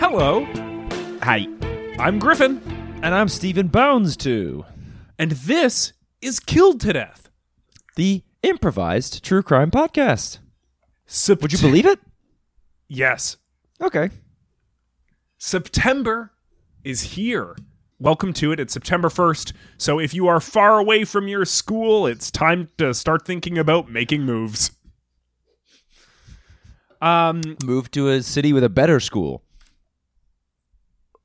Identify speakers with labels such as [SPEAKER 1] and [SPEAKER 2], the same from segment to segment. [SPEAKER 1] Hello,
[SPEAKER 2] Hi,
[SPEAKER 1] I'm Griffin,
[SPEAKER 2] and I'm Stephen Bones too.
[SPEAKER 1] and this is Killed to Death.
[SPEAKER 2] The improvised true crime podcast.
[SPEAKER 1] Sept-
[SPEAKER 2] Would you believe it?
[SPEAKER 1] Yes.
[SPEAKER 2] Okay.
[SPEAKER 1] September is here. Welcome to it. It's September 1st. So if you are far away from your school, it's time to start thinking about making moves. Um,
[SPEAKER 2] Move to a city with a better school.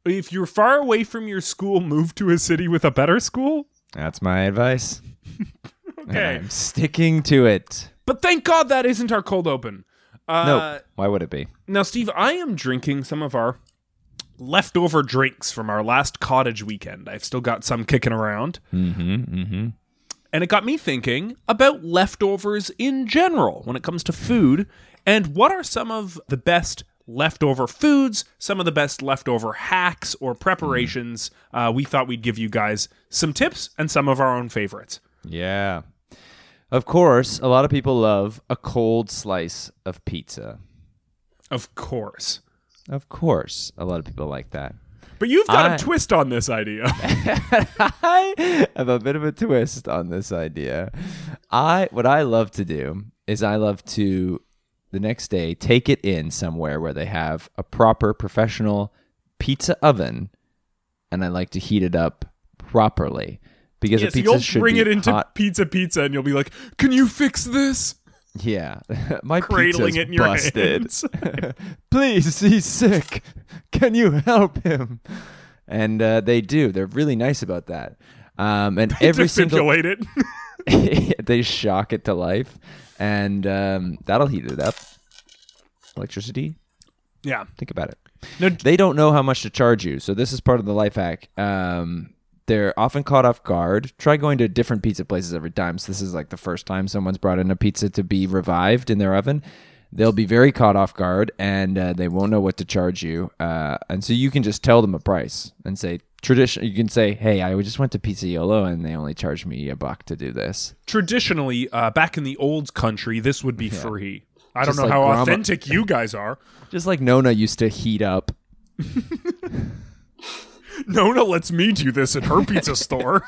[SPEAKER 1] if you're far away from your school, move to a city with a better school.
[SPEAKER 2] That's my advice. And
[SPEAKER 1] Okay.
[SPEAKER 2] I'm sticking to it.
[SPEAKER 1] But thank God that isn't our cold open. Uh,
[SPEAKER 2] No, why would it be?
[SPEAKER 1] Now, Steve, I am drinking some of our leftover drinks from our last cottage weekend. I've still got some kicking around.
[SPEAKER 2] Mm-hmm. Mm-hmm.
[SPEAKER 1] And it got me thinking about leftovers in general when it comes to food and what are some of the best leftover foods, some of the best leftover hacks or preparations.
[SPEAKER 2] Mm-hmm.
[SPEAKER 1] Uh, we thought we'd give you guys some tips and some of our own favorites.
[SPEAKER 2] Yeah. Of course, a lot of people love a cold slice of pizza.
[SPEAKER 1] Of course.
[SPEAKER 2] Of course, a lot of people like that.
[SPEAKER 1] But you've got
[SPEAKER 2] I-
[SPEAKER 1] a twist on this idea.
[SPEAKER 2] I have a bit of a twist on this idea. I what I love to do is I love to the next day take it in somewhere where they have a proper professional pizza oven and I like to heat it up properly because a
[SPEAKER 1] yes,
[SPEAKER 2] pizza
[SPEAKER 1] you'll
[SPEAKER 2] should
[SPEAKER 1] bring
[SPEAKER 2] be
[SPEAKER 1] it into
[SPEAKER 2] hot.
[SPEAKER 1] Pizza Pizza and you'll be like, can you fix this?
[SPEAKER 2] Yeah, my
[SPEAKER 1] Cradling
[SPEAKER 2] pizza's
[SPEAKER 1] it in your
[SPEAKER 2] busted.
[SPEAKER 1] hands.
[SPEAKER 2] Please, he's sick. Can you help him? And uh, they do. They're really nice about that. Um, and every single
[SPEAKER 1] Defibulate it.
[SPEAKER 2] they shock it to life, and um, that'll heat it up. Electricity.
[SPEAKER 1] yeah.
[SPEAKER 2] Think about it.
[SPEAKER 1] No,
[SPEAKER 2] They don't know how much to charge you, so this is part of the life hack. Um, they're often caught off guard. Try going to different pizza places every time. So this is like the first time someone's brought in a pizza to be revived in their oven. They'll be very caught off guard, and uh, they won't know what to charge you. Uh, and so you can just tell them a price and say tradition. You can say, "Hey, I just went to Pizza Yolo, and they only charged me a buck to do this."
[SPEAKER 1] traditionally, uh, back in the old country, this would be free. I don't
[SPEAKER 2] Just
[SPEAKER 1] know
[SPEAKER 2] like
[SPEAKER 1] how
[SPEAKER 2] grandma-
[SPEAKER 1] authentic you guys are.
[SPEAKER 2] Just like Nona used to heat up.
[SPEAKER 1] Nona lets me do this at her pizza store.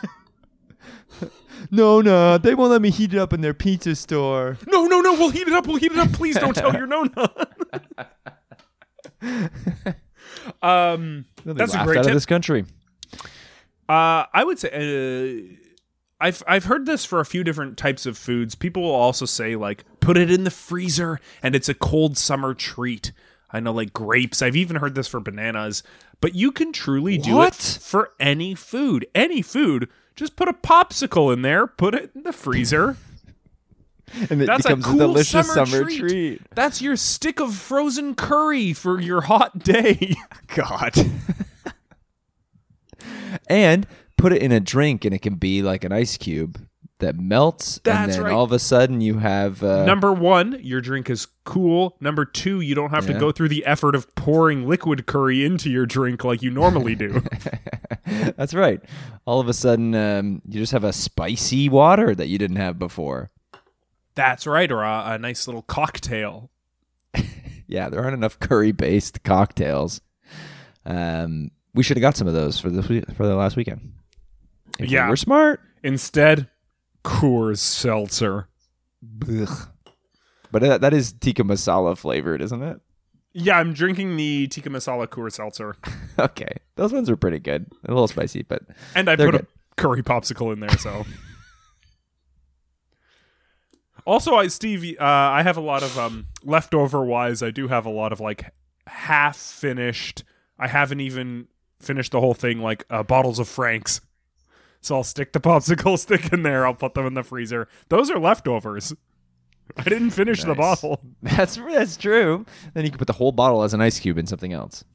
[SPEAKER 2] Nona, they won't let me heat it up in their pizza store.
[SPEAKER 1] No, no, no. We'll heat it up. We'll heat it up. Please don't tell your Nona. um, That's a
[SPEAKER 2] laughed
[SPEAKER 1] great
[SPEAKER 2] out
[SPEAKER 1] tip.
[SPEAKER 2] of this country.
[SPEAKER 1] uh, I would say. Uh, I've, I've heard this for a few different types of foods. People will also say, like, put it in the freezer and it's a cold summer treat. I know, like grapes. I've even heard this for bananas, but you can truly do
[SPEAKER 2] What?
[SPEAKER 1] it for any food. Any food. Just put a popsicle in there, put it in the freezer.
[SPEAKER 2] And it
[SPEAKER 1] That's a
[SPEAKER 2] becomes
[SPEAKER 1] cool
[SPEAKER 2] a delicious
[SPEAKER 1] summer,
[SPEAKER 2] summer,
[SPEAKER 1] treat.
[SPEAKER 2] treat.
[SPEAKER 1] That's your stick of frozen curry for your hot day.
[SPEAKER 2] God. and put it in a drink, and it can be like an ice cube that melts. and
[SPEAKER 1] That's
[SPEAKER 2] then
[SPEAKER 1] right.
[SPEAKER 2] all of a sudden, you have. Uh,
[SPEAKER 1] Number one, your drink is cool. Number two, you don't have
[SPEAKER 2] Yeah.
[SPEAKER 1] to go through the effort of pouring liquid curry into your drink like you normally do.
[SPEAKER 2] that's right. All of a sudden, um, you just have a spicy water that you didn't have before.
[SPEAKER 1] That's right, or a, a nice little cocktail.
[SPEAKER 2] Yeah, there aren't enough curry-based cocktails. Um, we should have got some of those for the for the last weekend. If
[SPEAKER 1] Yeah.
[SPEAKER 2] we are smart.
[SPEAKER 1] Instead, Coors Seltzer.
[SPEAKER 2] Ugh. But uh, that, that is tikka masala flavored, isn't it?
[SPEAKER 1] Yeah, I'm drinking the tikka masala Coors Seltzer,
[SPEAKER 2] Okay, those ones are pretty good. A little spicy, but
[SPEAKER 1] and I
[SPEAKER 2] They're
[SPEAKER 1] put
[SPEAKER 2] good.
[SPEAKER 1] a curry popsicle in there. So, also, I Steve, uh, I have a lot of um, leftover wise. I do have a lot of like half finished. I haven't even finished the whole thing, like uh, bottles of Frank's. So I'll stick the popsicle stick in there. I'll put them in the freezer. Those are leftovers. I didn't finish the
[SPEAKER 2] Nice.
[SPEAKER 1] bottle.
[SPEAKER 2] that's that's true. Then you can put the whole bottle as an ice cube in something else.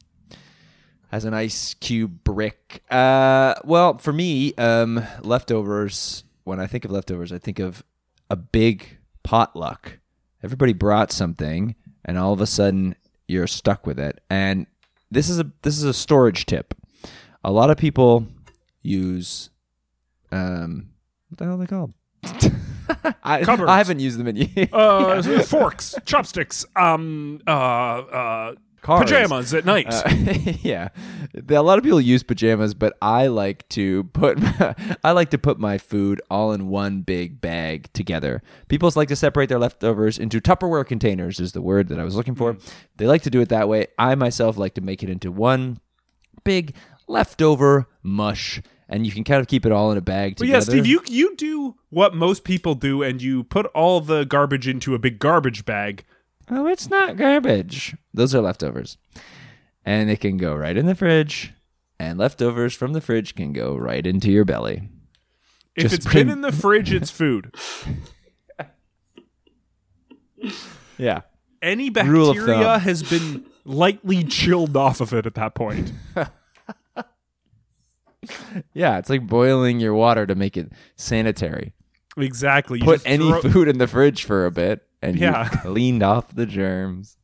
[SPEAKER 2] As an ice cube brick. Uh, well, for me, um, leftovers. When I think of leftovers, I think of a big potluck. Everybody brought something, and all of a sudden you're stuck with it. And this is a this is a storage tip. A lot of people use um, what the hell are they called? I,
[SPEAKER 1] Cupboards.
[SPEAKER 2] I haven't used them in years.
[SPEAKER 1] Uh, forks, chopsticks, um, uh, uh,
[SPEAKER 2] Cars.
[SPEAKER 1] pajamas at night.
[SPEAKER 2] Uh, yeah, a lot of people use pajamas, but I like to put I like to put my food all in one big bag together. People like to separate their leftovers into Tupperware containers. Is the word that I was looking for.
[SPEAKER 1] Mm.
[SPEAKER 2] They like to do it that way. I myself like to make it into one big leftover mush, and you can kind of keep it all in a bag
[SPEAKER 1] But
[SPEAKER 2] together.
[SPEAKER 1] yeah, Steve, you you do what most people do, and you put all the garbage into a big garbage bag.
[SPEAKER 2] Oh, it's not garbage. Those are leftovers. And it can go right in the fridge, and leftovers from the fridge can go right into your belly.
[SPEAKER 1] If
[SPEAKER 2] Just
[SPEAKER 1] it's
[SPEAKER 2] bring-
[SPEAKER 1] been in the fridge, it's food.
[SPEAKER 2] Yeah.
[SPEAKER 1] Any
[SPEAKER 2] Rule of
[SPEAKER 1] bacteria
[SPEAKER 2] thumb.
[SPEAKER 1] has been lightly chilled off of it at that point.
[SPEAKER 2] Yeah, it's like boiling your water to make it sanitary.
[SPEAKER 1] Exactly. You
[SPEAKER 2] Put
[SPEAKER 1] just
[SPEAKER 2] any
[SPEAKER 1] throw-
[SPEAKER 2] food in the fridge for a bit, and
[SPEAKER 1] Yeah.
[SPEAKER 2] you've cleaned off the germs.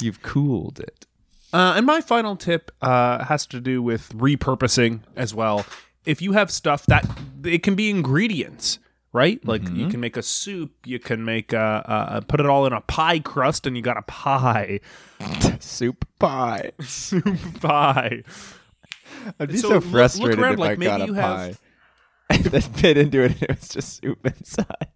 [SPEAKER 2] You've cooled it.
[SPEAKER 1] Uh, and my final tip uh, has to do with repurposing as well. If you have stuff that it can be ingredients, right? Like
[SPEAKER 2] Mm-hmm.
[SPEAKER 1] you can make a soup, you can make a, a, a- put it all in a pie crust, and you got a pie,
[SPEAKER 2] Soup pie.
[SPEAKER 1] soup pie.
[SPEAKER 2] I'd be so,
[SPEAKER 1] So look- look
[SPEAKER 2] frustrated
[SPEAKER 1] around,
[SPEAKER 2] if
[SPEAKER 1] like,
[SPEAKER 2] I
[SPEAKER 1] maybe
[SPEAKER 2] got a
[SPEAKER 1] you
[SPEAKER 2] pie. And
[SPEAKER 1] have-
[SPEAKER 2] then bit into it, and it was just soup inside.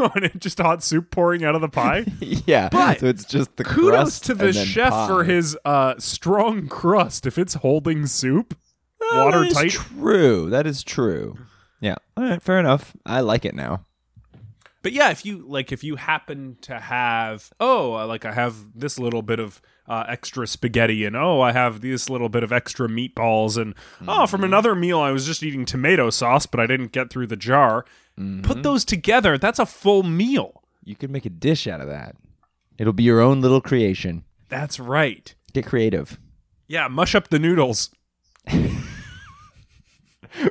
[SPEAKER 1] and it just hot soup pouring out of the pie.
[SPEAKER 2] yeah,
[SPEAKER 1] But
[SPEAKER 2] so it's just the
[SPEAKER 1] Kudos
[SPEAKER 2] crust
[SPEAKER 1] to the
[SPEAKER 2] and then
[SPEAKER 1] chef for
[SPEAKER 2] pie.
[SPEAKER 1] his uh, strong crust. If it's holding soup, Uh,
[SPEAKER 2] Well, that is
[SPEAKER 1] watertight.
[SPEAKER 2] True. That is true. Yeah. All right. Fair enough. I like it now.
[SPEAKER 1] But yeah, if you like, if you happen to have, oh, I- like I have this little bit of uh, extra spaghetti, and oh, I have this little bit of extra meatballs, and oh,
[SPEAKER 2] Mm-hmm.
[SPEAKER 1] from another meal I was just eating tomato sauce, but I didn't get through the jar.
[SPEAKER 2] Mm-hmm.
[SPEAKER 1] Put those together. That's a full meal.
[SPEAKER 2] You could make a dish out of that. It'll be your own little creation.
[SPEAKER 1] That's right.
[SPEAKER 2] Get creative.
[SPEAKER 1] Yeah, mush up the noodles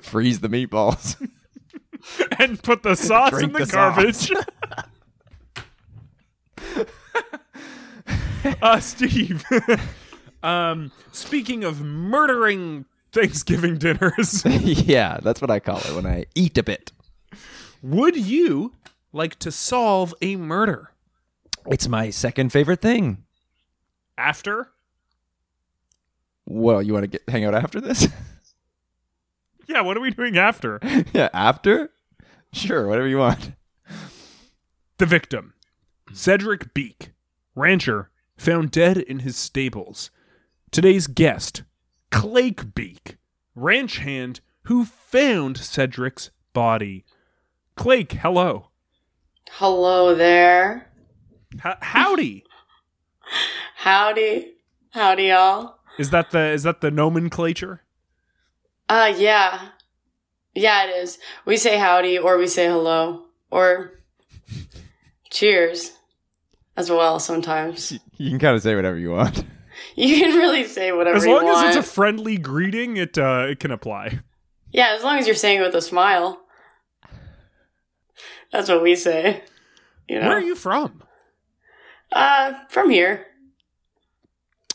[SPEAKER 2] Freeze the meatballs.
[SPEAKER 1] and put the sauce in
[SPEAKER 2] Drink
[SPEAKER 1] the,
[SPEAKER 2] the
[SPEAKER 1] garbage.
[SPEAKER 2] sauce.
[SPEAKER 1] uh, Steve, um, speaking of murdering Thanksgiving dinners,
[SPEAKER 2] yeah, that's what I call it when I eat a bit.
[SPEAKER 1] would you like to solve a murder
[SPEAKER 2] It's my second favorite thing.
[SPEAKER 1] after?
[SPEAKER 2] Well, you want to get hang out after this?
[SPEAKER 1] Yeah, what are we doing after
[SPEAKER 2] yeah, after? Sure, whatever you want.
[SPEAKER 1] the victim? Cedric Beak, rancher, found dead in his stables. Today's guest, Clake Beak, ranch hand who found Cedric's body. Clake, hello.
[SPEAKER 3] Hello there.
[SPEAKER 1] H- howdy.
[SPEAKER 3] Howdy. Howdy, y'all.
[SPEAKER 1] Is that the is that the nomenclature?
[SPEAKER 3] Uh, yeah. Yeah, it is. We say howdy or we say hello or cheers as well sometimes.
[SPEAKER 2] You can kind of say whatever you want.
[SPEAKER 3] You can really say whatever
[SPEAKER 1] As long
[SPEAKER 3] you want.
[SPEAKER 1] as it's a friendly greeting, it uh, it can apply.
[SPEAKER 3] yeah, as long as you're saying it with a smile. That's what we say. You know?
[SPEAKER 1] Where are you from?
[SPEAKER 3] Uh, from here.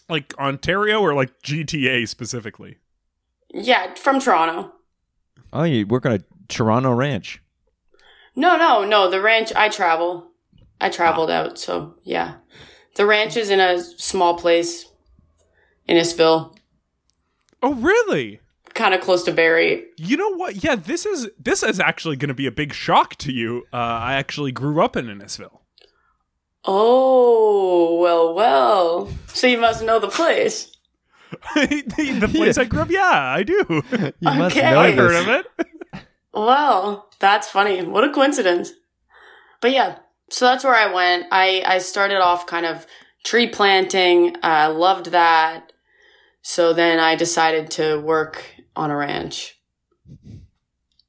[SPEAKER 1] Like Ontario or like GTA specifically?
[SPEAKER 3] Yeah, from Toronto.
[SPEAKER 2] Oh, you work on a Toronto ranch.
[SPEAKER 3] No, no, no. The ranch, I travel. I traveled out, so yeah. The ranch is in a small place in Isville,
[SPEAKER 1] Oh, really?
[SPEAKER 3] kind of close to Barrie.
[SPEAKER 1] You know what? Yeah, this is this is actually going to be a big shock to you. Uh, I actually grew up in Innisfil.
[SPEAKER 3] Oh, well, well. So you must know the place.
[SPEAKER 1] the place I grew up. Yeah, I do.
[SPEAKER 2] You must
[SPEAKER 3] Okay.
[SPEAKER 2] know
[SPEAKER 3] I've
[SPEAKER 1] Heard
[SPEAKER 2] this.
[SPEAKER 1] of it?
[SPEAKER 3] Well, that's funny. What a coincidence. But yeah, so that's where I went. I, I started off kind of tree planting. I loved that. So then I decided to work on a ranch.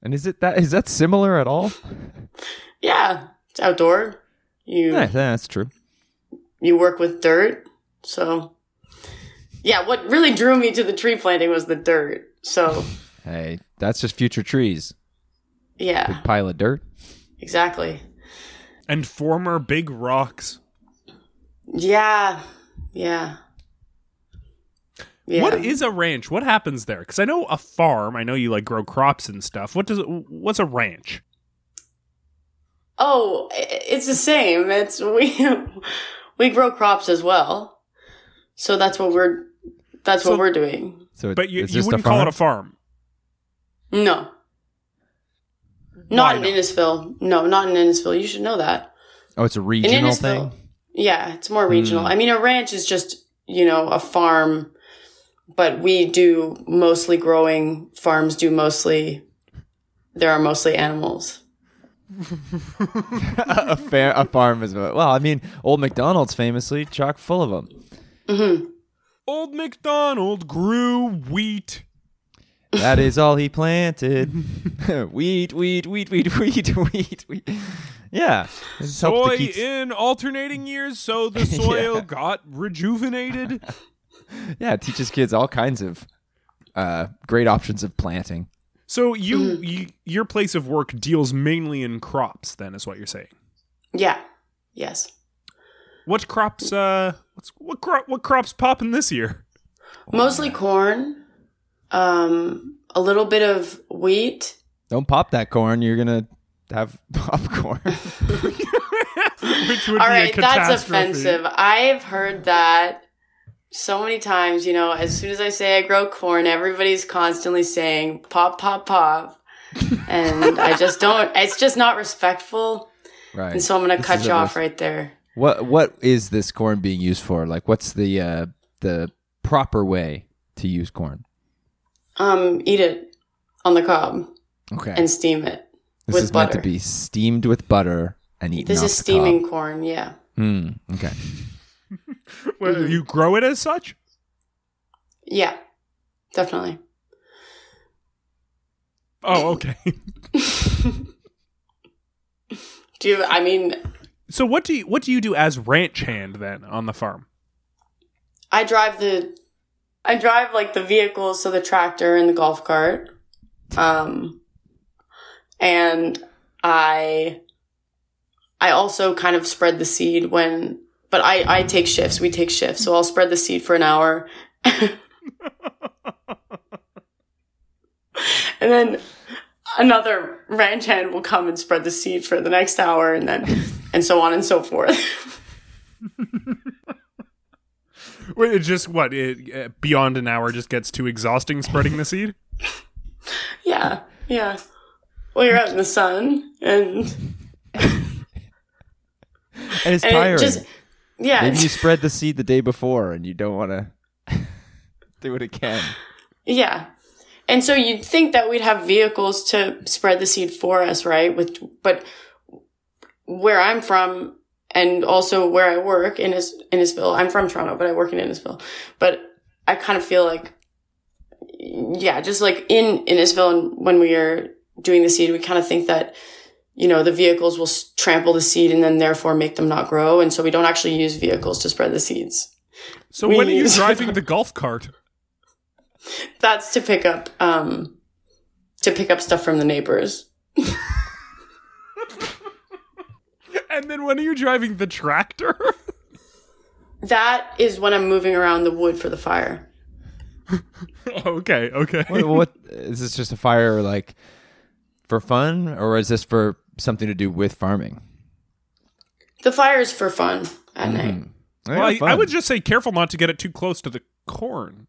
[SPEAKER 2] And is it that is that similar at all?
[SPEAKER 3] Yeah, it's outdoor. You
[SPEAKER 2] Yeah, that's true.
[SPEAKER 3] you work with dirt. So yeah, what really drew me to the tree planting was the dirt. So
[SPEAKER 2] Hey, that's just future trees.
[SPEAKER 3] yeah,
[SPEAKER 2] Big pile of dirt.
[SPEAKER 3] exactly.
[SPEAKER 1] And former big rocks.
[SPEAKER 3] Yeah. Yeah. Yeah.
[SPEAKER 1] What is a ranch? What happens there? Because I know a farm. I know you like grow crops and stuff. What does? What's a ranch?
[SPEAKER 3] Oh, i- it's the same. It's we we grow crops as well. So that's what we're that's
[SPEAKER 1] So-
[SPEAKER 3] what we're doing.
[SPEAKER 2] So it-
[SPEAKER 1] But you,
[SPEAKER 2] it's
[SPEAKER 1] you
[SPEAKER 2] just
[SPEAKER 1] wouldn't
[SPEAKER 2] a farm?
[SPEAKER 1] call it a farm.
[SPEAKER 3] No.
[SPEAKER 1] Why
[SPEAKER 3] Not in
[SPEAKER 1] not?
[SPEAKER 3] Innisfil. No, not in Innisfil. You should know that.
[SPEAKER 2] Oh, it's a
[SPEAKER 3] In
[SPEAKER 2] regional
[SPEAKER 3] Innisfil.
[SPEAKER 2] thing.
[SPEAKER 3] Yeah, it's more
[SPEAKER 1] Hmm.
[SPEAKER 3] regional. I mean, a ranch is just, you know, a farm, but we do mostly growing. Farms do mostly there are mostly animals.
[SPEAKER 2] a, fair, a farm is well. I mean, old McDonald's famously chock full of them.
[SPEAKER 1] Old MacDonald grew wheat.
[SPEAKER 2] That is all he planted. wheat, wheat, wheat, wheat, wheat, wheat, wheat. Yeah. This helps to
[SPEAKER 1] Soy
[SPEAKER 2] keep-
[SPEAKER 1] in alternating years, so the soil got rejuvenated.
[SPEAKER 2] yeah, it teaches kids all kinds of uh, great options of planting.
[SPEAKER 1] So you,
[SPEAKER 3] Mm.
[SPEAKER 1] you, your place of work deals mainly in crops. Then is what you're saying.
[SPEAKER 3] Yeah. Yes.
[SPEAKER 1] What crops? Uh, what's, what crop? What crops popping this year? Oh,
[SPEAKER 3] Mostly corn, um, a little bit of wheat.
[SPEAKER 2] Don't pop that corn. You're going to have popcorn.
[SPEAKER 1] Which would
[SPEAKER 3] All
[SPEAKER 1] be
[SPEAKER 3] right,
[SPEAKER 1] a
[SPEAKER 3] that's
[SPEAKER 1] catastrophe.
[SPEAKER 3] offensive. I've heard that so many times. You know, as soon as I say I grow corn, everybody's constantly saying pop, pop, pop. and I just don't, it's just not respectful.
[SPEAKER 2] right.
[SPEAKER 3] And so I'm going to
[SPEAKER 2] This
[SPEAKER 3] cut
[SPEAKER 2] is
[SPEAKER 3] you
[SPEAKER 2] a
[SPEAKER 3] off
[SPEAKER 2] list.
[SPEAKER 3] right there.
[SPEAKER 2] What what is this corn being used for? Like what's the uh, the proper way to use corn?
[SPEAKER 3] Um, eat it on the cob
[SPEAKER 2] Okay.
[SPEAKER 3] and steam it.
[SPEAKER 2] this
[SPEAKER 3] with
[SPEAKER 2] is meant to
[SPEAKER 3] butter.
[SPEAKER 2] be steamed with butter and eaten
[SPEAKER 3] This
[SPEAKER 2] off
[SPEAKER 3] is
[SPEAKER 2] the
[SPEAKER 3] steaming
[SPEAKER 2] cob.
[SPEAKER 3] corn, yeah.
[SPEAKER 2] Hmm, okay.
[SPEAKER 3] Mm.
[SPEAKER 1] Well, you grow it as such.
[SPEAKER 3] Yeah, definitely.
[SPEAKER 1] Oh, okay.
[SPEAKER 3] Do you, I mean,
[SPEAKER 1] So what do you what do you do as ranch hand then on the farm?
[SPEAKER 3] I drive the I drive like the vehicles, so the tractor and the golf cart. Um and I I also kind of spread the seed when but I, I take shifts, we take shifts, so I'll spread the seed for an hour. and then another ranch hand will come and spread the seed for the next hour and then and so on and so forth.
[SPEAKER 1] Wait, it just what it, uh, beyond an hour just gets too exhausting spreading the seed.
[SPEAKER 3] Yeah, yeah. Well, you're out in the sun, and,
[SPEAKER 2] And it's
[SPEAKER 3] and
[SPEAKER 2] tiring.
[SPEAKER 3] it just yeah,
[SPEAKER 2] Maybe
[SPEAKER 3] it's-
[SPEAKER 2] you spread the seed the day before and you don't want to do it again.
[SPEAKER 3] yeah. And so you'd think that we'd have vehicles to spread the seed for us, right? With but where I'm from, and also where I work in Innis, Innisfil. I'm from Toronto, but I work in Innisfil. But I kind of feel like, yeah, just like in Innisfil, and when we are doing the seed, we kind of think that you know, the vehicles will s- trample the seed and then therefore make them not grow. And so we don't actually use vehicles to spread the seeds.
[SPEAKER 1] So
[SPEAKER 3] We
[SPEAKER 1] when are you
[SPEAKER 3] use-
[SPEAKER 1] driving the golf cart?
[SPEAKER 3] That's to pick up, um, to pick up stuff from the neighbors.
[SPEAKER 1] And then when are you driving the tractor?
[SPEAKER 3] That is when I'm moving around the wood for the fire.
[SPEAKER 1] okay, okay.
[SPEAKER 2] What, what is this just a fire like for fun or is this for something to do with farming?
[SPEAKER 3] The fire is for fun at night.
[SPEAKER 2] Yeah,
[SPEAKER 1] Well, I, I
[SPEAKER 2] Hmm. fun.
[SPEAKER 1] would just say careful not to get it too close to the corn.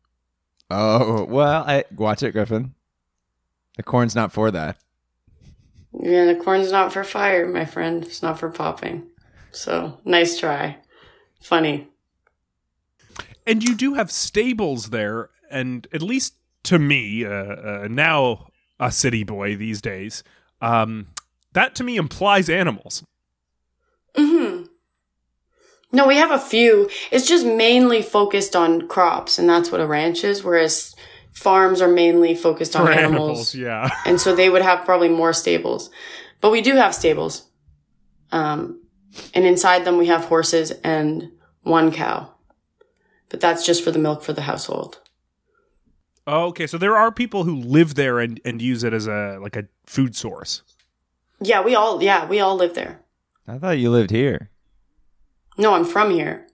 [SPEAKER 2] Oh, well, I watch it, Griffin. The corn's not for that.
[SPEAKER 3] Yeah, the corn's not for fire, my friend. It's not for popping. So nice try. Funny.
[SPEAKER 1] And you do have stables there, and at least to me, uh, uh, now a city boy these days, um, that to me implies animals.
[SPEAKER 3] hmm No, we have a few. It's just mainly focused on crops, and that's what a ranch is, whereas farms are mainly focused on
[SPEAKER 1] For
[SPEAKER 3] animals.
[SPEAKER 1] yeah.
[SPEAKER 3] And so they would have probably more stables. But we do have stables. Um, and inside them, we have horses and one cow. But that's just for the milk for the household.
[SPEAKER 1] Oh, okay, so there are people who live there and, and use it as a like a food source.
[SPEAKER 3] Yeah, we all, yeah, we all live there.
[SPEAKER 2] I thought you lived here.
[SPEAKER 3] No, I'm from here.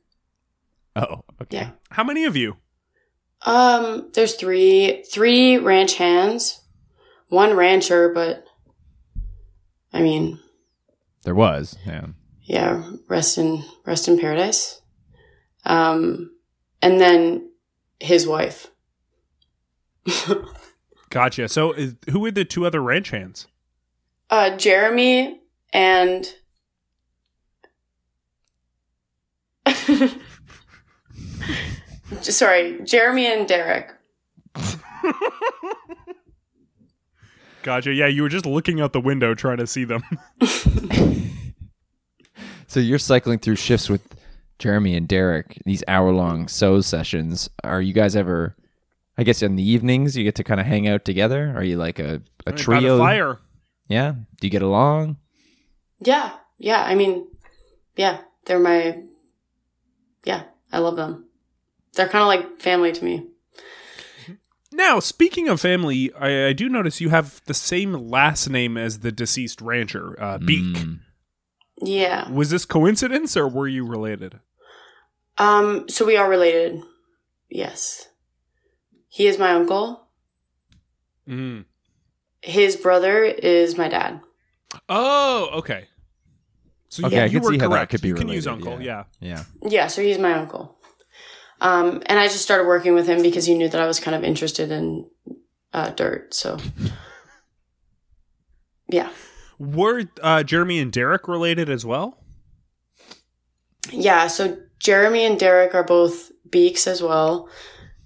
[SPEAKER 2] Oh, okay.
[SPEAKER 3] Yeah.
[SPEAKER 1] How many of you?
[SPEAKER 3] Um, there's three three ranch hands, one rancher, but I mean,
[SPEAKER 2] There was. Yeah.
[SPEAKER 3] yeah, rest in rest in paradise. Um, and then his wife.
[SPEAKER 1] Gotcha. So is, who are the two other ranch hands?
[SPEAKER 3] Uh, Jeremy and. Sorry, Jeremy and Derek.
[SPEAKER 1] Gotcha. Yeah, you were just looking out the window trying to see them.
[SPEAKER 2] So you're cycling through shifts with Jeremy and Derek, these hour long sew sessions. Are you guys ever I guess in the evenings you get to kind of hang out together? Are you like a, a
[SPEAKER 1] By the
[SPEAKER 2] trio?
[SPEAKER 1] fire.
[SPEAKER 2] Yeah. Do you get along?
[SPEAKER 3] Yeah, yeah. I mean, yeah, they're my. Yeah, I love them. They're kind of like family to me.
[SPEAKER 1] Now, speaking of family, I, I do notice you have the same last name as the deceased rancher, uh, Beak.
[SPEAKER 2] Mm.
[SPEAKER 3] Yeah.
[SPEAKER 1] Was this coincidence or were you related?
[SPEAKER 3] Um. So we are related. Yes. He is my uncle.
[SPEAKER 1] Mm.
[SPEAKER 3] His brother is my dad.
[SPEAKER 1] Oh, okay. So
[SPEAKER 2] Okay,
[SPEAKER 1] you,
[SPEAKER 2] I
[SPEAKER 1] you
[SPEAKER 2] can
[SPEAKER 1] were
[SPEAKER 2] see how that
[SPEAKER 1] correct.
[SPEAKER 2] could be
[SPEAKER 1] you can use
[SPEAKER 2] related,
[SPEAKER 1] uncle, yeah.
[SPEAKER 2] yeah. Yeah.
[SPEAKER 3] Yeah. So he's my uncle. Um. And I just started working with him because he knew that I was kind of interested in uh, dirt. So. Yeah.
[SPEAKER 1] Were uh, Jeremy and Derek related as well?
[SPEAKER 3] Yeah, so Jeremy and Derek are both beaks as well.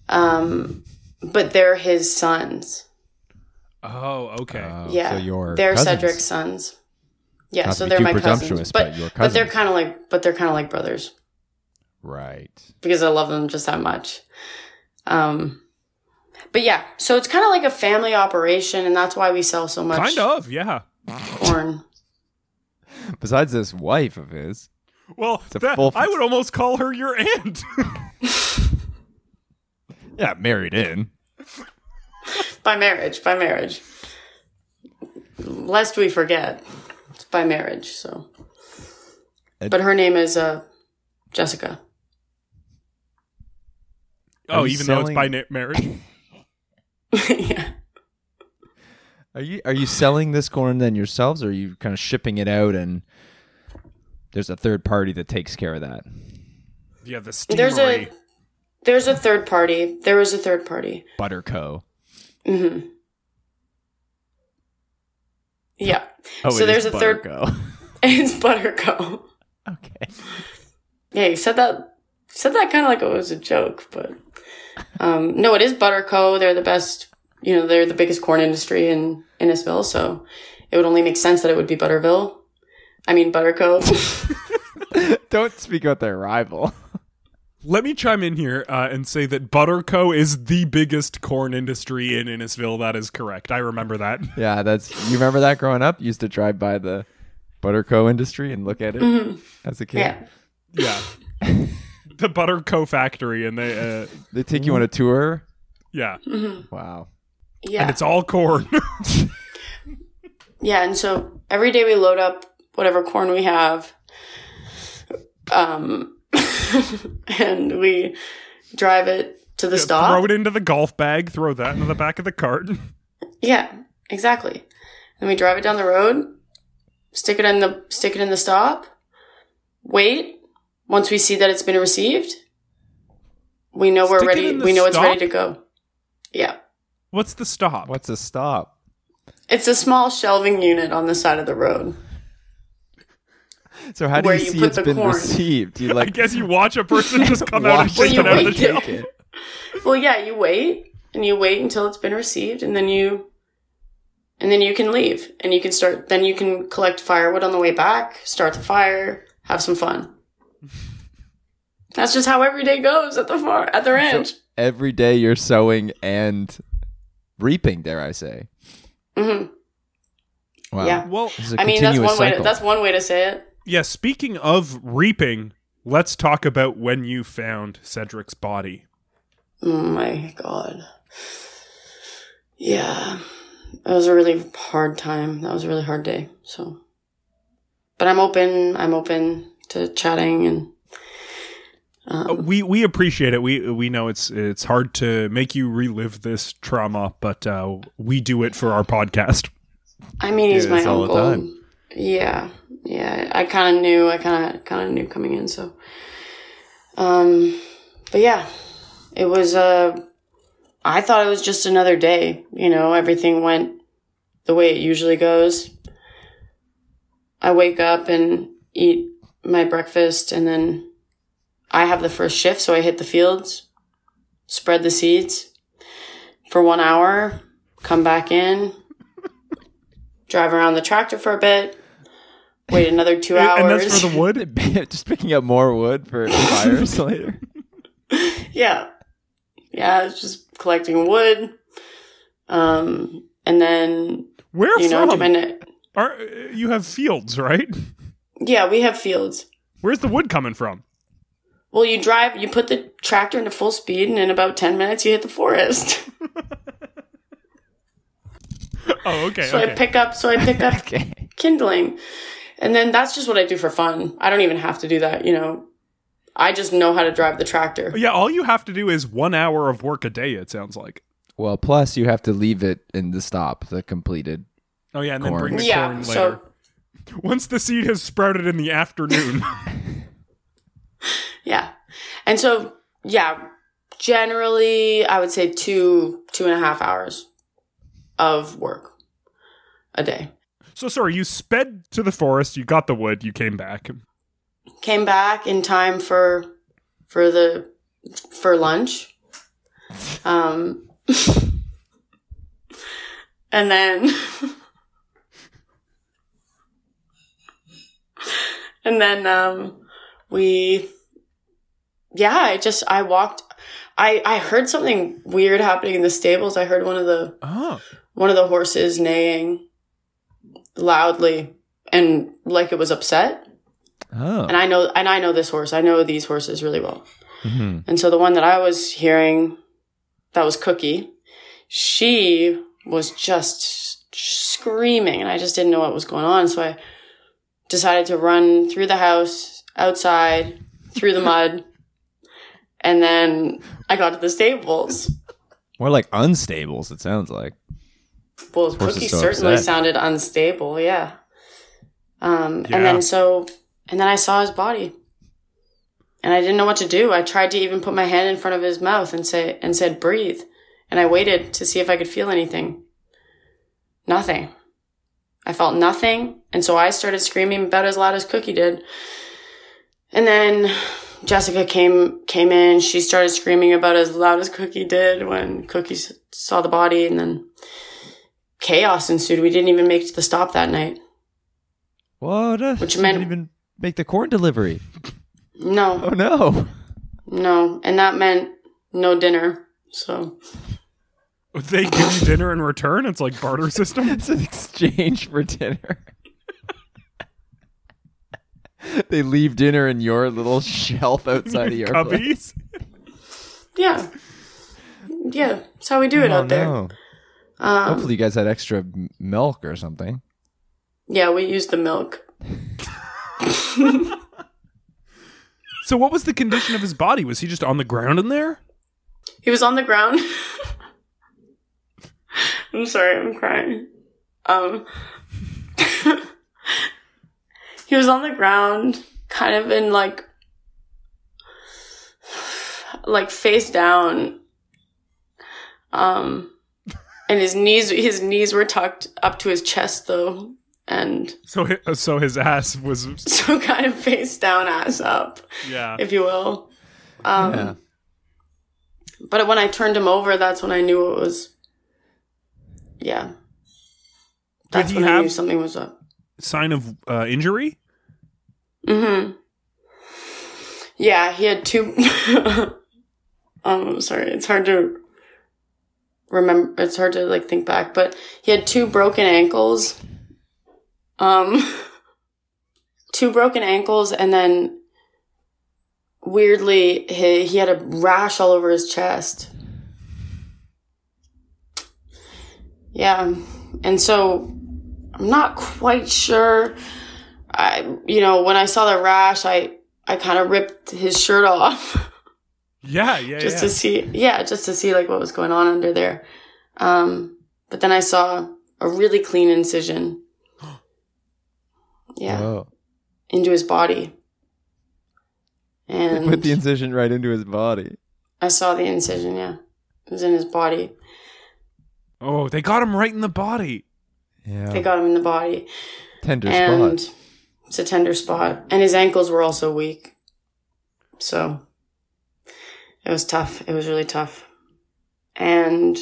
[SPEAKER 3] Um, but they're his sons.
[SPEAKER 1] Oh, okay.
[SPEAKER 2] Oh,
[SPEAKER 3] yeah.
[SPEAKER 2] So your
[SPEAKER 3] they're
[SPEAKER 2] cousins.
[SPEAKER 3] Cedric's sons. Yeah,
[SPEAKER 2] Not to
[SPEAKER 3] so
[SPEAKER 2] be
[SPEAKER 3] they're
[SPEAKER 2] too
[SPEAKER 3] my
[SPEAKER 2] presumptuous,
[SPEAKER 3] cousins.
[SPEAKER 2] but
[SPEAKER 3] But,
[SPEAKER 2] your
[SPEAKER 3] but they're
[SPEAKER 2] cousins.
[SPEAKER 3] kind of like but they're kind of like brothers
[SPEAKER 2] Right.
[SPEAKER 3] because I love them just that much. Um but yeah, so it's kind of like a family operation and that's why we sell so much
[SPEAKER 1] Kind of, yeah.
[SPEAKER 3] corn.
[SPEAKER 2] Besides this wife of his.
[SPEAKER 1] Well,
[SPEAKER 2] a
[SPEAKER 1] that-
[SPEAKER 2] full-
[SPEAKER 1] I would almost call her your aunt.
[SPEAKER 2] Yeah, married in.
[SPEAKER 3] By marriage, by marriage. Lest we forget, it's by marriage. So,
[SPEAKER 2] And-
[SPEAKER 3] but her name is uh, Jessica.
[SPEAKER 2] Are
[SPEAKER 1] oh,
[SPEAKER 2] you
[SPEAKER 1] even though it's
[SPEAKER 2] selling-
[SPEAKER 1] by na- marriage.
[SPEAKER 3] yeah.
[SPEAKER 2] Are you are you selling this corn then yourselves or are you kind of shipping it out and there's a third party that takes care of that?
[SPEAKER 1] Yeah, the
[SPEAKER 3] There's a
[SPEAKER 1] steamery.
[SPEAKER 3] there's a third party. There is a third party.
[SPEAKER 2] Butter Co.
[SPEAKER 3] hmm Yeah. so
[SPEAKER 2] it is
[SPEAKER 3] there's a
[SPEAKER 2] Butter
[SPEAKER 3] third.
[SPEAKER 2] Co.
[SPEAKER 3] It's Butterco.
[SPEAKER 2] okay.
[SPEAKER 3] Yeah, you said that. Said that kind of like it was a joke, but um, no, it is Butterco. They're the best. You know, they're the biggest corn industry in Innisville, so it would only make sense that it would be Butterville. I mean, Butterco.
[SPEAKER 2] Don't speak about their rival.
[SPEAKER 1] Let me chime in here uh, and say that Butterco is the biggest corn industry in Innisville. That is correct. I remember that.
[SPEAKER 2] Yeah, that's you remember that growing up? You used to drive by the butter co industry and look at it as a kid.
[SPEAKER 3] Mm-hmm. yeah,
[SPEAKER 1] Yeah. the Butterco factory, and they, uh,
[SPEAKER 2] They take you on a tour.
[SPEAKER 1] yeah,
[SPEAKER 2] Wow.
[SPEAKER 3] yeah,
[SPEAKER 1] and it's all corn.
[SPEAKER 3] yeah. And so every day we load up whatever corn we have, um, and we drive it to the stop.
[SPEAKER 1] throw it into the golf bag. Throw that into the back of the cart.
[SPEAKER 3] Yeah, exactly. Then we drive it down the road, stick it in the stick it in the stop, wait. Once we see that it's been received, we know
[SPEAKER 1] Stick
[SPEAKER 3] we're
[SPEAKER 1] it
[SPEAKER 3] ready.
[SPEAKER 1] in the
[SPEAKER 3] We know it's
[SPEAKER 1] stop?
[SPEAKER 3] ready to go. Yeah,
[SPEAKER 1] What's the stop?
[SPEAKER 2] What's a stop?
[SPEAKER 3] it's a small shelving unit on the side of the road.
[SPEAKER 2] So how do
[SPEAKER 3] Where
[SPEAKER 2] you,
[SPEAKER 3] you
[SPEAKER 2] see
[SPEAKER 3] put
[SPEAKER 2] it's
[SPEAKER 3] the
[SPEAKER 2] been
[SPEAKER 3] corn.
[SPEAKER 2] received? You
[SPEAKER 1] I
[SPEAKER 2] like
[SPEAKER 1] guess you watch a person just come out and
[SPEAKER 2] watch
[SPEAKER 3] Well,
[SPEAKER 2] it
[SPEAKER 1] shake
[SPEAKER 3] you
[SPEAKER 1] it out of
[SPEAKER 2] and
[SPEAKER 1] the
[SPEAKER 3] wait
[SPEAKER 1] tail.
[SPEAKER 2] take it.
[SPEAKER 3] Well, yeah, you wait and you wait until it's been received and then you and then you can leave and you can start then you can collect firewood on the way back, start the fire, have some fun. That's just how every day goes at the farm at the ranch.
[SPEAKER 2] Every day you're sowing and reaping, dare I say.
[SPEAKER 3] Mhm.
[SPEAKER 2] Wow.
[SPEAKER 3] Yeah.
[SPEAKER 1] Well,
[SPEAKER 2] This is a
[SPEAKER 3] I mean, that's
[SPEAKER 2] continuous
[SPEAKER 3] one way to,
[SPEAKER 2] cycle.
[SPEAKER 3] that's one way to say it.
[SPEAKER 1] yeah, speaking of reaping, let's talk about when you found Cedric's body.
[SPEAKER 3] Oh my god. Yeah. That was a really hard time. That was a really hard day. So but I'm open. I'm open to chatting and um,
[SPEAKER 2] Oh,
[SPEAKER 1] Uh, we we appreciate it. We we know it's it's hard to make you relive this trauma, but uh, we do it for our podcast.
[SPEAKER 3] I mean, he's
[SPEAKER 2] Yeah,
[SPEAKER 3] my
[SPEAKER 2] it's all
[SPEAKER 3] uncle.
[SPEAKER 2] the time.
[SPEAKER 3] Yeah, yeah. I kind of knew. I kind of kind of knew coming in. So, um, but yeah, it was. Uh, I thought it was just another day. You know, everything went the way it usually goes. I wake up and eat my breakfast, and then I have the first shift. So I hit the fields, spread the seeds for one hour, come back in, drive around the tractor for a bit, wait another two hours.
[SPEAKER 1] And that's for the wood.
[SPEAKER 2] Just picking up more wood for fires later.
[SPEAKER 3] yeah. Yeah, it's just collecting wood. Um, and then,
[SPEAKER 1] Where
[SPEAKER 3] you know,
[SPEAKER 1] from?
[SPEAKER 3] depending,
[SPEAKER 1] Are, you have fields, right?
[SPEAKER 3] yeah, we have fields.
[SPEAKER 1] Where's the wood coming from?
[SPEAKER 3] Well, you drive, you put the tractor into full speed, and in about 10 minutes, you hit the forest.
[SPEAKER 1] Oh, okay.
[SPEAKER 3] so
[SPEAKER 1] okay.
[SPEAKER 3] I pick up, so I pick up
[SPEAKER 2] Okay.
[SPEAKER 3] kindling. And then that's just what I do for fun. I don't even have to do that, you know. I just know how to drive the tractor.
[SPEAKER 1] yeah, all Oh, you have to do is one hour of work a day. It sounds like.
[SPEAKER 2] Well, plus you have to leave it in the stop, the completed.
[SPEAKER 1] Oh yeah, and then
[SPEAKER 2] Corn.
[SPEAKER 1] bring the
[SPEAKER 3] Yeah,
[SPEAKER 1] corn later.
[SPEAKER 3] so
[SPEAKER 1] Once the seed has sprouted in the afternoon.
[SPEAKER 3] Yeah. And so, yeah, generally, I would say two, two and a half hours of work a day.
[SPEAKER 1] so sorry, you sped to the forest, you got the wood, you came back.
[SPEAKER 3] Came back in time for, for the, for lunch. Um, and then, and then, um, we yeah i just i walked i i heard something weird happening in the stables i heard one of the
[SPEAKER 1] Oh.
[SPEAKER 3] one of the horses neighing loudly and like it was upset
[SPEAKER 2] Oh.
[SPEAKER 3] and i know and i know this horse i know these horses really well
[SPEAKER 2] Mhm.
[SPEAKER 3] and so the one that i was hearing that was cookie she was just screaming and i just didn't know what was going on so i decided to run through the house outside through the mud and then i got to the stables
[SPEAKER 2] More like unstables. It sounds like.
[SPEAKER 3] Well,
[SPEAKER 2] horse is
[SPEAKER 3] Cookie
[SPEAKER 2] so
[SPEAKER 3] certainly
[SPEAKER 2] upset.
[SPEAKER 3] sounded unstable, yeah. Um,
[SPEAKER 1] Yeah.
[SPEAKER 3] And then so, and then I saw his body, and I didn't know what to do. I tried to even put my hand in front of his mouth and say and said, "Breathe," and I waited to see if I could feel anything. Nothing. I felt nothing, and so I started screaming about as loud as Cookie did. And then Jessica came came in. She started screaming about as loud as Cookie did when Cookie s- saw the body, and then chaos ensued. We didn't even make it to the stop that night.
[SPEAKER 2] What? A,
[SPEAKER 3] Which
[SPEAKER 2] she
[SPEAKER 3] meant-
[SPEAKER 2] didn't even make the corn delivery.
[SPEAKER 3] No,
[SPEAKER 2] Oh no.
[SPEAKER 3] no, and that meant no dinner. So
[SPEAKER 1] They give you dinner in return. It's like barter system.
[SPEAKER 2] It's an exchange for dinner. they leave dinner in your little shelf outside of your place.
[SPEAKER 1] Cubbies.
[SPEAKER 3] yeah, yeah, that's how we do it
[SPEAKER 2] Oh,
[SPEAKER 3] out there.
[SPEAKER 2] no.
[SPEAKER 3] Um,
[SPEAKER 2] Hopefully, you guys had extra m- milk or something.
[SPEAKER 3] yeah, we use the milk.
[SPEAKER 1] So what was the condition of his body? Was he just on the ground in there?
[SPEAKER 3] He was on the ground. I'm sorry, I'm crying. Um, he was on the ground, kind of in like, like face down. Um, and his knees, his knees were tucked up to his chest though. and
[SPEAKER 1] So hi- so his ass was
[SPEAKER 3] so kind of face down, ass up,
[SPEAKER 1] yeah.
[SPEAKER 3] if you will. Um,
[SPEAKER 2] Yeah.
[SPEAKER 3] But when I turned him over, that's when I knew it was. Yeah. That's
[SPEAKER 1] he
[SPEAKER 3] when I knew
[SPEAKER 1] have-
[SPEAKER 3] something was up.
[SPEAKER 1] Sign of uh, injury.
[SPEAKER 3] hmm Yeah, he had two. um, I'm sorry, it's hard to remember. It's hard to like think back, but he had two broken ankles. Um, two broken ankles, and then weirdly, he he had a rash all over his chest. Yeah, and so I'm not quite sure. I, you know, when I saw the rash, I, I kind of ripped his shirt off
[SPEAKER 1] Yeah, yeah,
[SPEAKER 3] just
[SPEAKER 1] yeah.
[SPEAKER 3] to see, yeah, just to see like what was going on under there. Um, but then I saw a really clean incision. Yeah,
[SPEAKER 2] Whoa.
[SPEAKER 3] into his body. And
[SPEAKER 2] Put the incision right into his body.
[SPEAKER 3] I saw the incision. Yeah, it was in his body.
[SPEAKER 1] oh, they got him right in the body.
[SPEAKER 2] Yeah.
[SPEAKER 3] They got him in the body,
[SPEAKER 2] Tender
[SPEAKER 3] and
[SPEAKER 2] spot.
[SPEAKER 3] it's a tender spot. And his ankles were also weak, so it was tough. It was really tough. And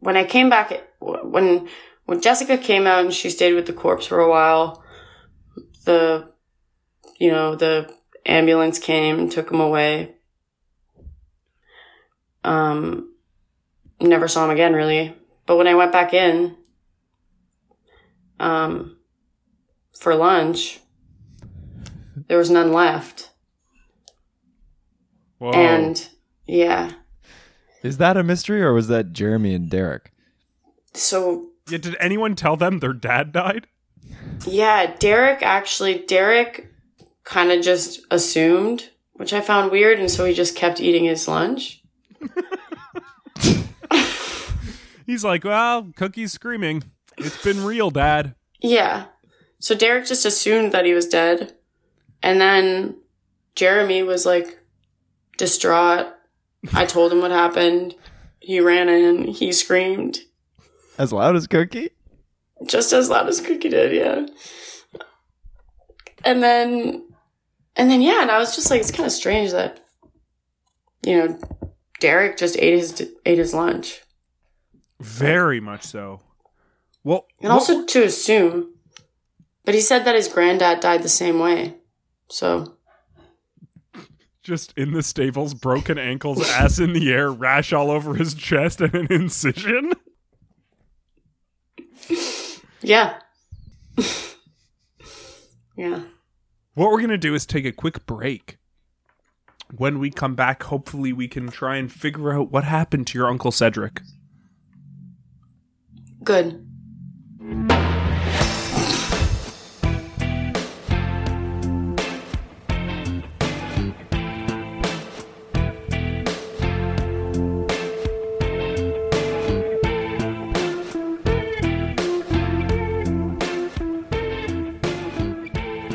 [SPEAKER 3] when I came back, when when Jessica came out and she stayed with the corpse for a while, the you know the ambulance came and took him away. Um, never saw him again really. But when I went back in, um, for lunch, there was none left,
[SPEAKER 1] Whoa.
[SPEAKER 3] and yeah,
[SPEAKER 2] Is that a mystery or was that Jeremy and Derek?
[SPEAKER 3] so
[SPEAKER 1] yeah, did anyone tell them their dad died?
[SPEAKER 3] Yeah, Derek actually, Derek kind of just assumed, which I found weird, and so he just kept eating his lunch.
[SPEAKER 1] He's like, well, Cookie's screaming. It's been real, Dad.
[SPEAKER 3] Yeah. So Derek just assumed that he was dead. And then Jeremy was like distraught. I told him what happened. He ran in, he screamed
[SPEAKER 2] As loud as Cookie?
[SPEAKER 3] just as loud as Cookie did, yeah. And then, and then, yeah, and I was just like, it's kind of strange that, you know, Derek just ate his ate his lunch,
[SPEAKER 1] Very much so. Well,
[SPEAKER 3] and also to assume, but he said that his granddad died the same way, so
[SPEAKER 1] just in the stables, broken ankles, ass in the air, rash all over his chest, and an incision.
[SPEAKER 3] yeah, yeah.
[SPEAKER 1] What we're going to do is take a quick break. When we come back, hopefully, we can try and figure out what happened to your Uncle Cedric.
[SPEAKER 3] Good.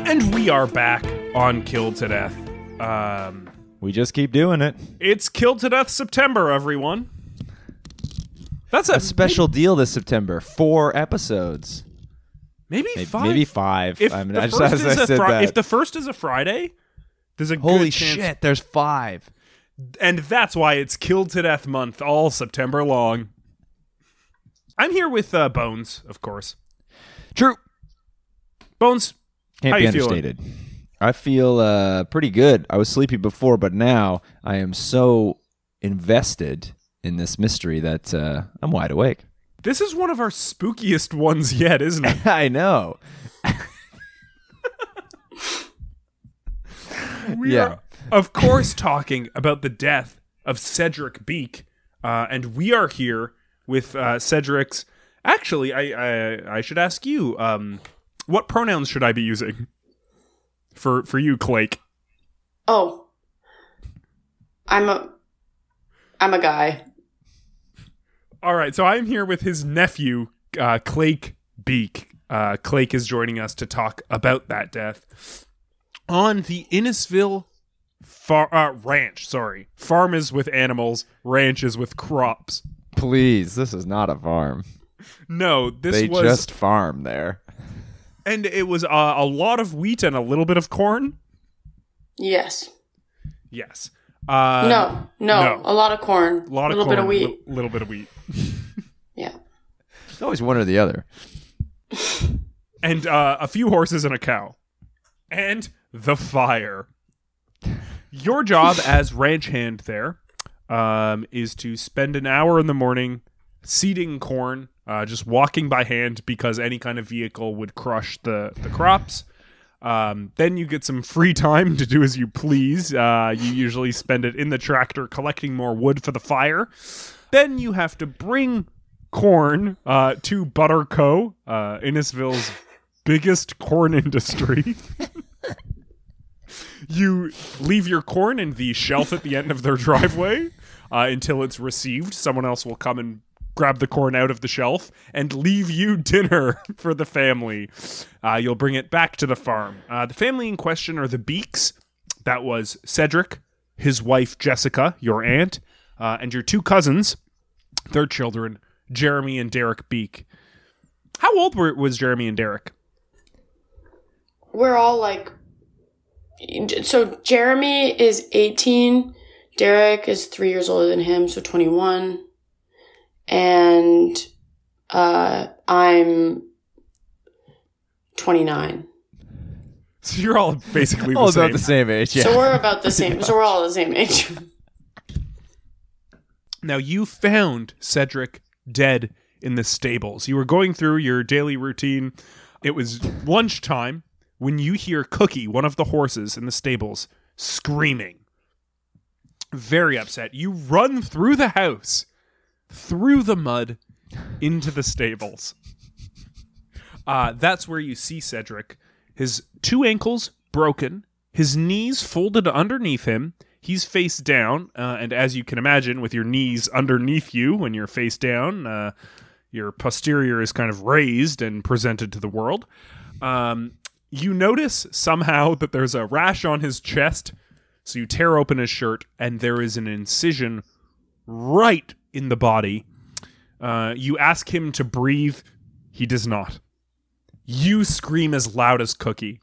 [SPEAKER 1] And we are back on Killed to Death. Um,
[SPEAKER 2] We just keep doing it.
[SPEAKER 1] it's Killed to Death September, everyone. That's a,
[SPEAKER 2] A special deal this September. Four episodes.
[SPEAKER 1] maybe,
[SPEAKER 2] Maybe
[SPEAKER 1] five.
[SPEAKER 2] maybe five.
[SPEAKER 1] If,
[SPEAKER 2] I mean,
[SPEAKER 1] the
[SPEAKER 2] I just,
[SPEAKER 1] first
[SPEAKER 2] as
[SPEAKER 1] is
[SPEAKER 2] I
[SPEAKER 1] a
[SPEAKER 2] said
[SPEAKER 1] Fri-
[SPEAKER 2] that.
[SPEAKER 1] if the first is a Friday, there's a
[SPEAKER 2] Holy
[SPEAKER 1] good chance-
[SPEAKER 2] shit, there's five.
[SPEAKER 1] and that's why it's Killed to Death Month all September long. I'm here with uh, Bones, of course.
[SPEAKER 2] True.
[SPEAKER 1] Bones,
[SPEAKER 2] Can't
[SPEAKER 1] How
[SPEAKER 2] be
[SPEAKER 1] you feeling?
[SPEAKER 2] understated. I feel uh, pretty good. I was sleepy before, but now I am so invested in this mystery that uh, I'm wide awake.
[SPEAKER 1] this is one of our spookiest ones yet, isn't it?
[SPEAKER 2] I know.
[SPEAKER 1] We
[SPEAKER 2] Yeah.
[SPEAKER 1] are, of course, talking about the death of Cedric Beak, uh, and we are here with uh, Cedric's. Actually, I, I I should ask you, um, what pronouns should I be using for for you, Clake?
[SPEAKER 3] Oh, I'm a I'm a guy.
[SPEAKER 1] All right, so I'm here with his nephew, uh, Clake Beak. Uh, Clake is joining us to talk about that death on the Innisville far- uh, ranch. Sorry, farm is with animals, ranch is with crops.
[SPEAKER 2] Please, this is not a farm.
[SPEAKER 1] No, this
[SPEAKER 2] they
[SPEAKER 1] was
[SPEAKER 2] just farm there.
[SPEAKER 1] And it was uh, a lot of wheat and a little bit of corn.
[SPEAKER 3] Yes.
[SPEAKER 1] Yes. Uh,
[SPEAKER 3] no, no,
[SPEAKER 1] no.
[SPEAKER 3] A lot of corn.
[SPEAKER 1] A lot of
[SPEAKER 3] little
[SPEAKER 1] corn,
[SPEAKER 3] bit of wheat.
[SPEAKER 1] li- little bit of wheat.
[SPEAKER 3] yeah.
[SPEAKER 2] It's always one or the other.
[SPEAKER 1] and uh, a few horses and a cow, and the fire. Your job as ranch hand there um, is to spend an hour in the morning seeding corn, uh, just walking by hand because any kind of vehicle would crush the the crops. Um, then you get some free time to do as you please. Uh, you usually spend it in the tractor collecting more wood for the fire. Then you have to bring corn uh, to Butter Co., uh, Innisfil's biggest corn industry. you leave your corn in the shelf at the end of their driveway uh, until it's received. Someone else will come and grab the corn out of the shelf and leave you dinner for the family. Uh, you'll bring it back to the farm. Uh, the family in question are the Beaks. That was Cedric, his wife Jessica, your aunt, uh, and your two cousins, their children, Jeremy and Derek Beak. How old were, was Jeremy and Derek?
[SPEAKER 3] We're all like. So Jeremy is 18. Derek is three years older than him, so 21. And uh, I'm 29.
[SPEAKER 1] So you're all basically the
[SPEAKER 2] All
[SPEAKER 1] same.
[SPEAKER 2] Oh, about the same age. Yeah.
[SPEAKER 3] So we're about the same. So we're all the same age.
[SPEAKER 1] Now you found Cedric dead in the stables. You were going through your daily routine. It was lunchtime when you hear Cookie, one of the horses in the stables, screaming. Very upset. You run through the house, through the mud, into the stables. Uh, that's where you see Cedric. His two ankles broken, his knees folded underneath him. He's face down, uh, and as you can imagine, with your knees underneath you when you're face down, uh, your posterior is kind of raised and presented to the world. Um, you notice somehow that there's a rash on his chest, so you tear open his shirt, and there is an incision right in the body. Uh, you ask him to breathe, he does not. You scream as loud as Cookie.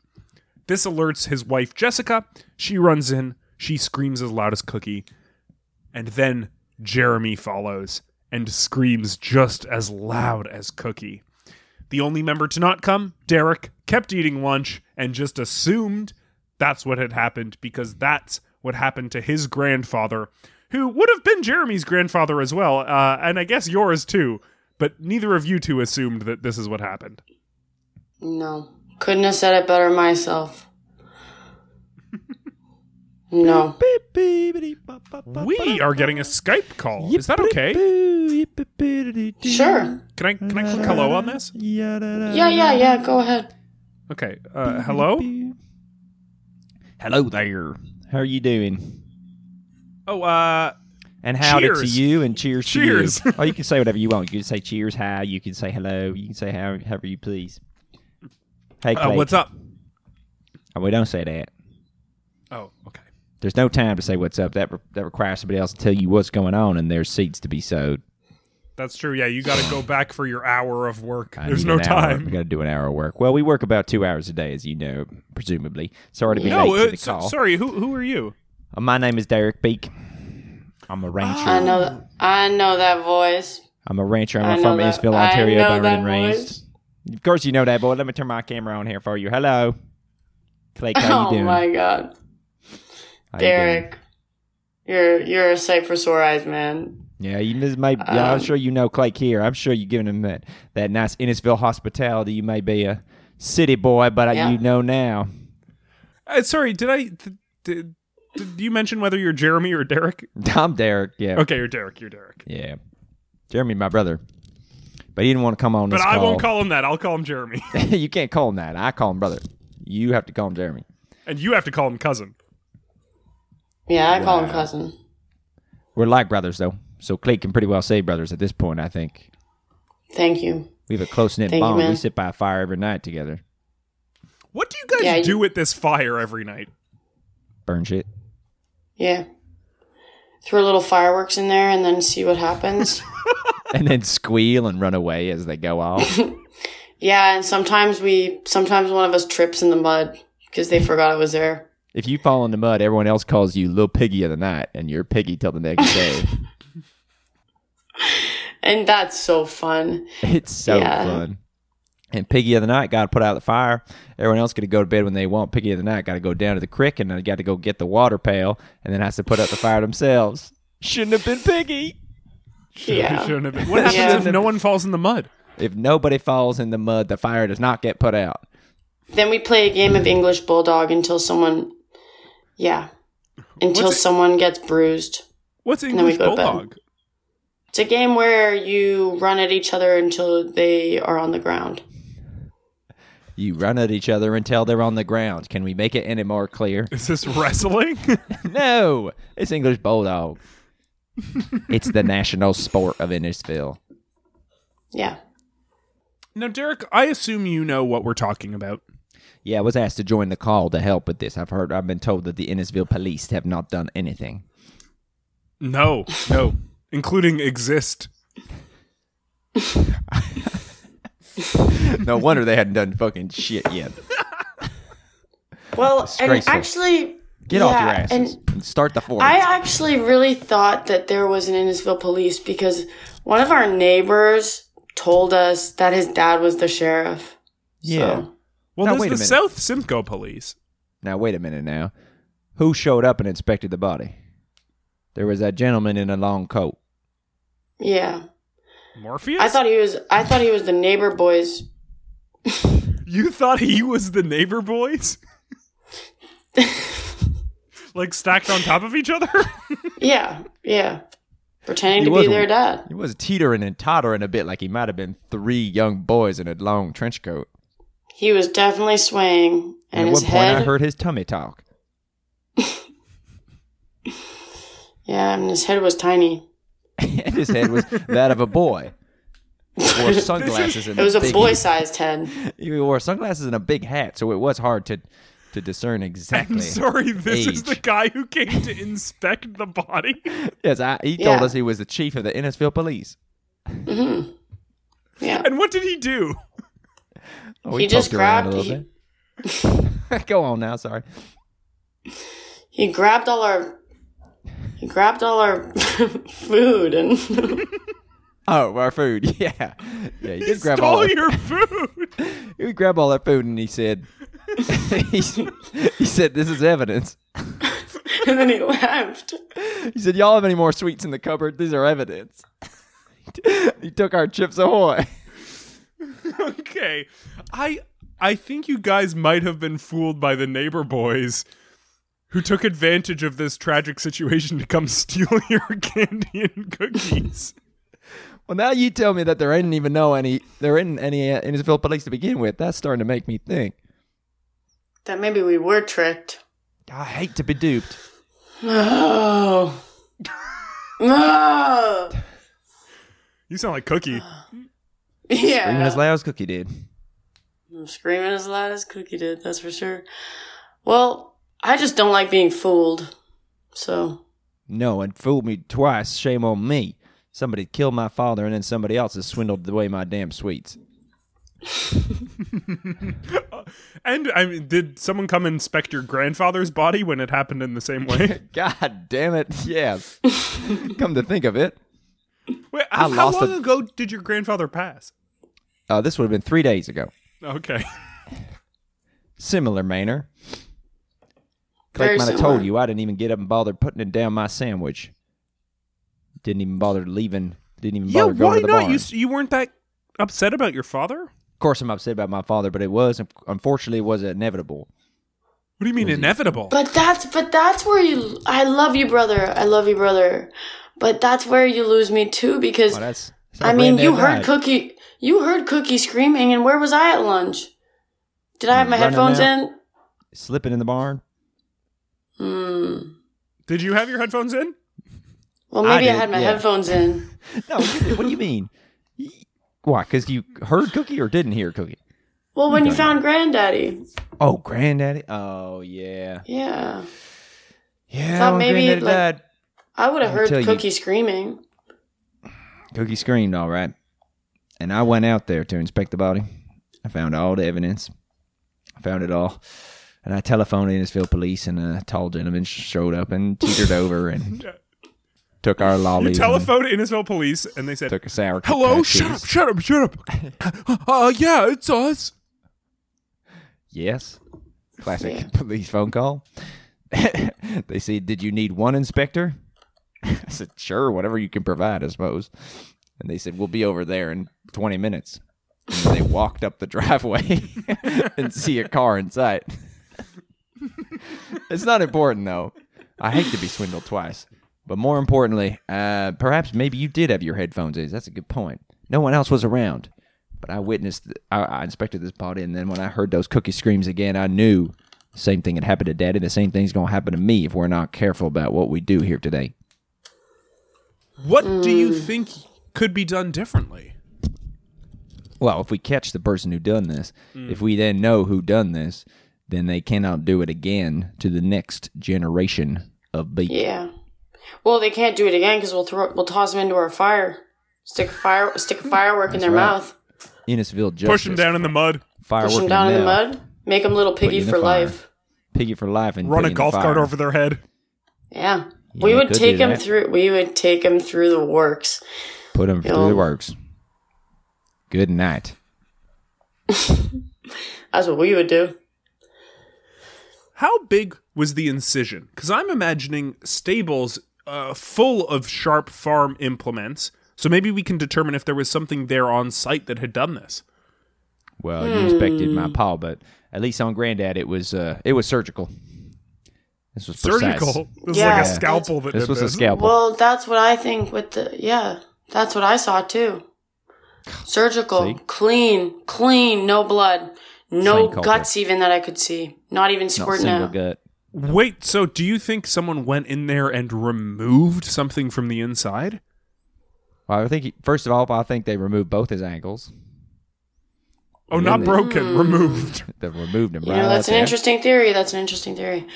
[SPEAKER 1] This alerts his wife Jessica. She runs in, she screams as loud as Cookie, and then Jeremy follows and screams just as loud as Cookie. The only member to not come, Derek, kept eating lunch and just assumed that's what had happened because that's what happened to his grandfather, who would have been Jeremy's grandfather as well, uh, and I guess yours too, but neither of you two assumed that this is what happened.
[SPEAKER 3] No. Couldn't have said it better myself. No.
[SPEAKER 1] We are getting a Skype call. Is that okay?
[SPEAKER 3] Sure.
[SPEAKER 1] Can I can I click hello on this?
[SPEAKER 3] Yeah, yeah, yeah. Go ahead.
[SPEAKER 1] Okay. Uh, hello.
[SPEAKER 2] Hello there. How are you doing?
[SPEAKER 1] Oh, uh,
[SPEAKER 2] And howdy to
[SPEAKER 1] Cheers.
[SPEAKER 2] you and cheers,
[SPEAKER 1] Cheers.
[SPEAKER 2] to you. oh, you can say whatever you want. You can say cheers, how, you can say hello, you can say how, however you please. Hey,
[SPEAKER 1] uh,
[SPEAKER 2] Clay.
[SPEAKER 1] what's up?
[SPEAKER 2] Oh, we don't say that.
[SPEAKER 1] Oh, okay.
[SPEAKER 2] There's no time to say what's up. That re- that requires somebody else to tell you what's going on, and there's seats to be sowed.
[SPEAKER 1] That's true. Yeah, you got to go back for your hour of work.
[SPEAKER 2] I
[SPEAKER 1] There's
[SPEAKER 2] need
[SPEAKER 1] no
[SPEAKER 2] an hour. We
[SPEAKER 1] time.
[SPEAKER 2] got to do an hour of work. Well, we work about two hours a day, as you know, presumably. Sorry to be
[SPEAKER 1] No,
[SPEAKER 2] late to
[SPEAKER 1] uh,
[SPEAKER 2] the
[SPEAKER 1] so,
[SPEAKER 2] call.
[SPEAKER 1] sorry. Who who are you?
[SPEAKER 2] Uh, My name is Derek Beak. I'm a rancher.
[SPEAKER 3] I know. That, I know that voice.
[SPEAKER 2] I'm a rancher.
[SPEAKER 3] I
[SPEAKER 2] I'm
[SPEAKER 3] know
[SPEAKER 2] from
[SPEAKER 3] that.
[SPEAKER 2] Eastville,
[SPEAKER 3] I
[SPEAKER 2] Ontario,
[SPEAKER 3] know
[SPEAKER 2] born
[SPEAKER 3] that
[SPEAKER 2] and raised. Of course, you know that, boy. Let me turn my camera on here for you. Hello, Clay. How
[SPEAKER 3] oh
[SPEAKER 2] you doing?
[SPEAKER 3] my god,
[SPEAKER 2] How you
[SPEAKER 3] Derek, you're you're a sight for sore eyes, man.
[SPEAKER 2] doing? Yeah, you, this may, yeah, I'm
[SPEAKER 3] Um,
[SPEAKER 2] sure you know Clay here. I'm sure you're giving him that, that nice Innisfil hospitality. You may be a city boy, but uh
[SPEAKER 3] Yeah.
[SPEAKER 2] you know now.
[SPEAKER 1] Uh, sorry. Did I? Did, did, did you mention whether you're Jeremy or Derek?
[SPEAKER 2] I'm Derek. Yeah.
[SPEAKER 1] Okay, you're Derek. You're Derek.
[SPEAKER 2] Yeah. Jeremy, my brother. But he didn't want to come on
[SPEAKER 1] But
[SPEAKER 2] this
[SPEAKER 1] I
[SPEAKER 2] call.
[SPEAKER 1] won't call him that. I'll call him Jeremy,
[SPEAKER 2] you can't call him that. I call him brother. You have to call him Jeremy.
[SPEAKER 1] and you have to call him cousin.
[SPEAKER 3] Yeah, I call him cousin.
[SPEAKER 2] We're like brothers, though. So Clay can pretty well say brothers at this point, I think.
[SPEAKER 3] Thank you.
[SPEAKER 2] We have a close knit
[SPEAKER 3] Thank you,
[SPEAKER 2] bond. we
[SPEAKER 3] man.
[SPEAKER 2] sit by a fire every night together.
[SPEAKER 1] What do you guys
[SPEAKER 3] Yeah, you-
[SPEAKER 1] do with this fire every night?
[SPEAKER 2] Burn shit.
[SPEAKER 3] Yeah, throw little fireworks in there and then see what happens.
[SPEAKER 2] And then squeal and run away as they go off.
[SPEAKER 3] Yeah, and sometimes we sometimes one of us trips in the mud because they forgot I was there.
[SPEAKER 2] If you fall in the mud, everyone else calls you Lil Piggy of the Night, and you're Piggy till the next day.
[SPEAKER 3] And that's so fun.
[SPEAKER 2] it's so
[SPEAKER 3] Yeah.
[SPEAKER 2] fun. And Piggy of the Night got to put out the fire. Everyone else got to go to bed when they want. Piggy of the Night got to go down to the creek and then got to go get the water pail and then has to put out the fire themselves. Shouldn't have been Piggy.
[SPEAKER 3] Yeah.
[SPEAKER 1] Shouldn't have been. What happens
[SPEAKER 3] Yeah.
[SPEAKER 1] if no one falls in the mud?
[SPEAKER 2] If nobody falls in the mud, the fire does not get put out.
[SPEAKER 3] Then we play a game of English Bulldog until someone Yeah. Until
[SPEAKER 1] What's it-
[SPEAKER 3] someone gets bruised.
[SPEAKER 1] What's
[SPEAKER 3] then we
[SPEAKER 1] English
[SPEAKER 3] go to bed.
[SPEAKER 1] bulldog?
[SPEAKER 3] It's a game where you run at each other until they are on the ground.
[SPEAKER 2] You run at each other until they're on the ground. Can we make it any more clear?
[SPEAKER 1] Is this wrestling?
[SPEAKER 2] no, it's English Bulldog. it's the national sport of Innisfil.
[SPEAKER 3] Yeah.
[SPEAKER 1] now, Derek, I assume you know what we're talking about.
[SPEAKER 2] Yeah, I was asked to join the call to help with this. I've heard, I've been told that the Innisfil police have not done anything.
[SPEAKER 1] No, no, including exist.
[SPEAKER 2] No wonder they hadn't done fucking shit yet.
[SPEAKER 3] Well, and
[SPEAKER 2] Disgraceful.
[SPEAKER 3] actually
[SPEAKER 2] Get off
[SPEAKER 3] yeah,
[SPEAKER 2] your asses
[SPEAKER 3] and-
[SPEAKER 2] and, start the forest.
[SPEAKER 3] I actually really thought that there was an Innisfil police because one of our neighbors told us that his dad was the sheriff.
[SPEAKER 2] yeah.
[SPEAKER 3] So,
[SPEAKER 1] Well,
[SPEAKER 2] Now,
[SPEAKER 1] there's
[SPEAKER 2] wait a
[SPEAKER 1] the
[SPEAKER 2] minute.
[SPEAKER 1] South Simcoe Police.
[SPEAKER 2] Now wait a minute. Now, who showed up and inspected the body? There was that gentleman in a long coat.
[SPEAKER 3] yeah.
[SPEAKER 1] Morpheus?
[SPEAKER 3] I thought he was I thought he was the neighbor boy's
[SPEAKER 1] you thought he was the neighbor boys? like stacked on top of each other?
[SPEAKER 3] Yeah, yeah. Pretending
[SPEAKER 2] He
[SPEAKER 3] to be
[SPEAKER 2] was
[SPEAKER 3] their
[SPEAKER 2] one.
[SPEAKER 3] dad.
[SPEAKER 2] He was teetering and tottering a bit, like he might have been three young boys in a long trench coat.
[SPEAKER 3] He was definitely swaying and
[SPEAKER 2] at
[SPEAKER 3] his
[SPEAKER 2] one
[SPEAKER 3] head
[SPEAKER 2] point, I heard his tummy talk.
[SPEAKER 3] Yeah, and his head was tiny.
[SPEAKER 2] and his head was that of a boy. He wore sunglasses and
[SPEAKER 3] It was a
[SPEAKER 2] big-
[SPEAKER 3] boy sized head.
[SPEAKER 2] He wore sunglasses and a big hat, so it was hard to to discern exactly.
[SPEAKER 1] I'm sorry, this is
[SPEAKER 2] Age.
[SPEAKER 1] the guy who came to inspect the body.
[SPEAKER 2] Yes, I, he told
[SPEAKER 3] Yeah.
[SPEAKER 2] us he was the chief of the Innisfield Police.
[SPEAKER 3] Yeah.
[SPEAKER 1] And what did he do?
[SPEAKER 2] Oh,
[SPEAKER 3] He just
[SPEAKER 2] poked around
[SPEAKER 3] grabbed-
[SPEAKER 2] bit. Go on now, sorry.
[SPEAKER 3] He grabbed all our he grabbed all our food and
[SPEAKER 2] Oh, our food. Yeah, yeah. He
[SPEAKER 1] He
[SPEAKER 2] did grab all. Our,
[SPEAKER 1] stole your food.
[SPEAKER 2] he would grab all our food, and he said, he, he said, "This is evidence."
[SPEAKER 3] and then he left.
[SPEAKER 2] He said, "Y'all have any more sweets in the cupboard? These are evidence." he took our chips ahoy.
[SPEAKER 1] okay i i think you guys might have been fooled by the neighbor boys who took advantage of this tragic situation to come steal your candy and cookies
[SPEAKER 2] Well, now you tell me that there ain't even no any there ain't any uh, Innisfield police to begin with. That's starting to make me think.
[SPEAKER 3] That maybe we were tricked.
[SPEAKER 2] I hate to be duped.
[SPEAKER 3] No. No.
[SPEAKER 1] you sound like cookie
[SPEAKER 3] Yeah.
[SPEAKER 2] Screaming as loud as Cookie did.
[SPEAKER 3] I'm screaming as loud as Cookie did, that's for sure. Well, I just don't like being fooled. So,
[SPEAKER 2] No, and fooled me twice. Shame on me. Somebody killed my father, and then somebody else has swindled away my damn sweets.
[SPEAKER 1] and i mean did someone come inspect your grandfather's body when it happened in the same way
[SPEAKER 2] God damn it! Yes. Come to think of it,
[SPEAKER 1] Wait,
[SPEAKER 2] I
[SPEAKER 1] how, how
[SPEAKER 2] lost
[SPEAKER 1] long
[SPEAKER 2] a-
[SPEAKER 1] ago did your grandfather pass
[SPEAKER 2] uh, this would have been three days ago.
[SPEAKER 1] okay
[SPEAKER 2] Similar manner. Clay
[SPEAKER 3] Very
[SPEAKER 2] might have
[SPEAKER 3] similar.
[SPEAKER 2] told you I didn't even get up and bother putting it down my sandwich. Didn't even bother leaving. Didn't even
[SPEAKER 1] yeah
[SPEAKER 2] bother going
[SPEAKER 1] why
[SPEAKER 2] to the
[SPEAKER 1] not
[SPEAKER 2] barn.
[SPEAKER 1] you, s- you weren't that upset about your father what
[SPEAKER 2] Of course, I'm upset about my father, but it was unfortunately it was inevitable.
[SPEAKER 1] do you mean inevitable
[SPEAKER 3] but that's but that's where you I love you, brother. I love you, brother. But that's where you lose me too because
[SPEAKER 2] Well, that's, that's
[SPEAKER 3] I
[SPEAKER 2] how
[SPEAKER 3] mean,
[SPEAKER 2] granddad
[SPEAKER 3] you heard
[SPEAKER 2] died.
[SPEAKER 3] Cookie you heard Cookie screaming and where was I at lunch? Did I have my
[SPEAKER 2] Running
[SPEAKER 3] headphones
[SPEAKER 2] out.
[SPEAKER 3] in?
[SPEAKER 2] slipping in the barn.
[SPEAKER 3] Hmm.
[SPEAKER 1] did you have your headphones in
[SPEAKER 3] Well,
[SPEAKER 2] I
[SPEAKER 3] maybe I,
[SPEAKER 2] did,
[SPEAKER 3] had my
[SPEAKER 2] yeah.
[SPEAKER 3] headphones in.
[SPEAKER 2] No, you- what do you mean? Why? Because you heard Cookie or didn't hear Cookie?
[SPEAKER 3] Well, when you found Granddaddy.
[SPEAKER 2] Oh, granddaddy. Oh yeah,
[SPEAKER 3] Yeah.
[SPEAKER 2] yeah.
[SPEAKER 3] Thought
[SPEAKER 2] When
[SPEAKER 3] maybe,
[SPEAKER 2] granddaddy
[SPEAKER 3] like-
[SPEAKER 2] died,
[SPEAKER 3] I would have
[SPEAKER 2] I'll tell
[SPEAKER 3] heard
[SPEAKER 2] you.
[SPEAKER 3] Cookie screaming.
[SPEAKER 2] Cookie screamed all right, and I went out there to inspect the body. I found all the evidence. I found it all. And I telephoned Innisfield police, and a tall gentleman sh- showed up and teetered over and took our lolly.
[SPEAKER 1] You telephoned Innisville police and they
[SPEAKER 2] and
[SPEAKER 1] said,
[SPEAKER 2] took a sour.
[SPEAKER 1] Hello,
[SPEAKER 2] patties.
[SPEAKER 1] shut up, shut up, shut up. Uh, yeah, it's us.
[SPEAKER 2] Yes. Classic
[SPEAKER 3] Yeah.
[SPEAKER 2] police phone call. they say, Did you need one inspector? I said, Sure, whatever you can provide, I suppose. And they said, We'll be over there in 20 minutes. And they walked up the driveway and see a car in sight. it's not important, though. I hate to be swindled twice. But more importantly, uh, perhaps maybe you did have your headphones in. That's a good point. No one else was around. But I witnessed, I, I inspected this body, and then when I heard those cookie screams again, I knew the same thing had happened to Daddy. The same thing's going to happen to me if we're not careful about what we do here today.
[SPEAKER 1] What do you think could be done differently?
[SPEAKER 2] Well, if we catch the person who done this,
[SPEAKER 1] Mm.
[SPEAKER 2] if we then know who done this, then they cannot do it again to the next generation of people.
[SPEAKER 3] Yeah. Well, they can't do it again because we'll throw we'll toss them into our fire. Stick a fire stick a firework in their
[SPEAKER 2] right.
[SPEAKER 3] mouth.
[SPEAKER 2] Innisville justice.
[SPEAKER 1] Push them down in the mud.
[SPEAKER 2] Firework
[SPEAKER 3] Push them down in the
[SPEAKER 2] mouth,
[SPEAKER 3] mud. Make them little
[SPEAKER 2] you
[SPEAKER 3] piggy
[SPEAKER 2] in the
[SPEAKER 3] for
[SPEAKER 2] fire.
[SPEAKER 3] life.
[SPEAKER 2] Piggy for life and
[SPEAKER 1] Run
[SPEAKER 2] pig
[SPEAKER 1] a
[SPEAKER 2] in the
[SPEAKER 1] golf cart
[SPEAKER 2] fire.
[SPEAKER 1] over their head.
[SPEAKER 3] Yeah.
[SPEAKER 2] Yeah,
[SPEAKER 3] we
[SPEAKER 2] you
[SPEAKER 3] would
[SPEAKER 2] could
[SPEAKER 3] take
[SPEAKER 2] do
[SPEAKER 3] them
[SPEAKER 2] that.
[SPEAKER 3] through we would take them through the works.
[SPEAKER 2] Put them through
[SPEAKER 3] Yeah.
[SPEAKER 2] the works. Good night.
[SPEAKER 3] That's what we would do.
[SPEAKER 1] How big was the incision? Because I'm imagining stables uh, full of sharp farm implements. So maybe we can determine if there was something there on site that had done this.
[SPEAKER 2] Well, you inspected
[SPEAKER 3] Hmm.
[SPEAKER 2] my paw, but at least on Granddad, it was uh, it was surgical. This was precise.
[SPEAKER 1] Surgical. This
[SPEAKER 3] Yeah.
[SPEAKER 1] is like a
[SPEAKER 3] Yeah.
[SPEAKER 1] scalpel that
[SPEAKER 2] This
[SPEAKER 1] did
[SPEAKER 2] was a scalpel.
[SPEAKER 3] Well, that's what I think with the yeah. That's what I saw too. Surgical,
[SPEAKER 2] See?
[SPEAKER 3] clean, clean, no blood, no
[SPEAKER 2] Clean culprit.
[SPEAKER 3] guts even that I could see. Not even
[SPEAKER 2] Not a
[SPEAKER 3] squirting
[SPEAKER 2] single
[SPEAKER 3] out.
[SPEAKER 2] gut.
[SPEAKER 1] Wait, so do you think someone went in there and removed something from the inside?
[SPEAKER 2] Well, I think he, first of all, I think they removed both his ankles.
[SPEAKER 1] Oh, not
[SPEAKER 2] Really?
[SPEAKER 1] broken, removed.
[SPEAKER 2] They removed him
[SPEAKER 3] You
[SPEAKER 2] right
[SPEAKER 3] know, that's
[SPEAKER 2] out
[SPEAKER 3] an
[SPEAKER 2] there,
[SPEAKER 3] interesting theory. That's an interesting theory.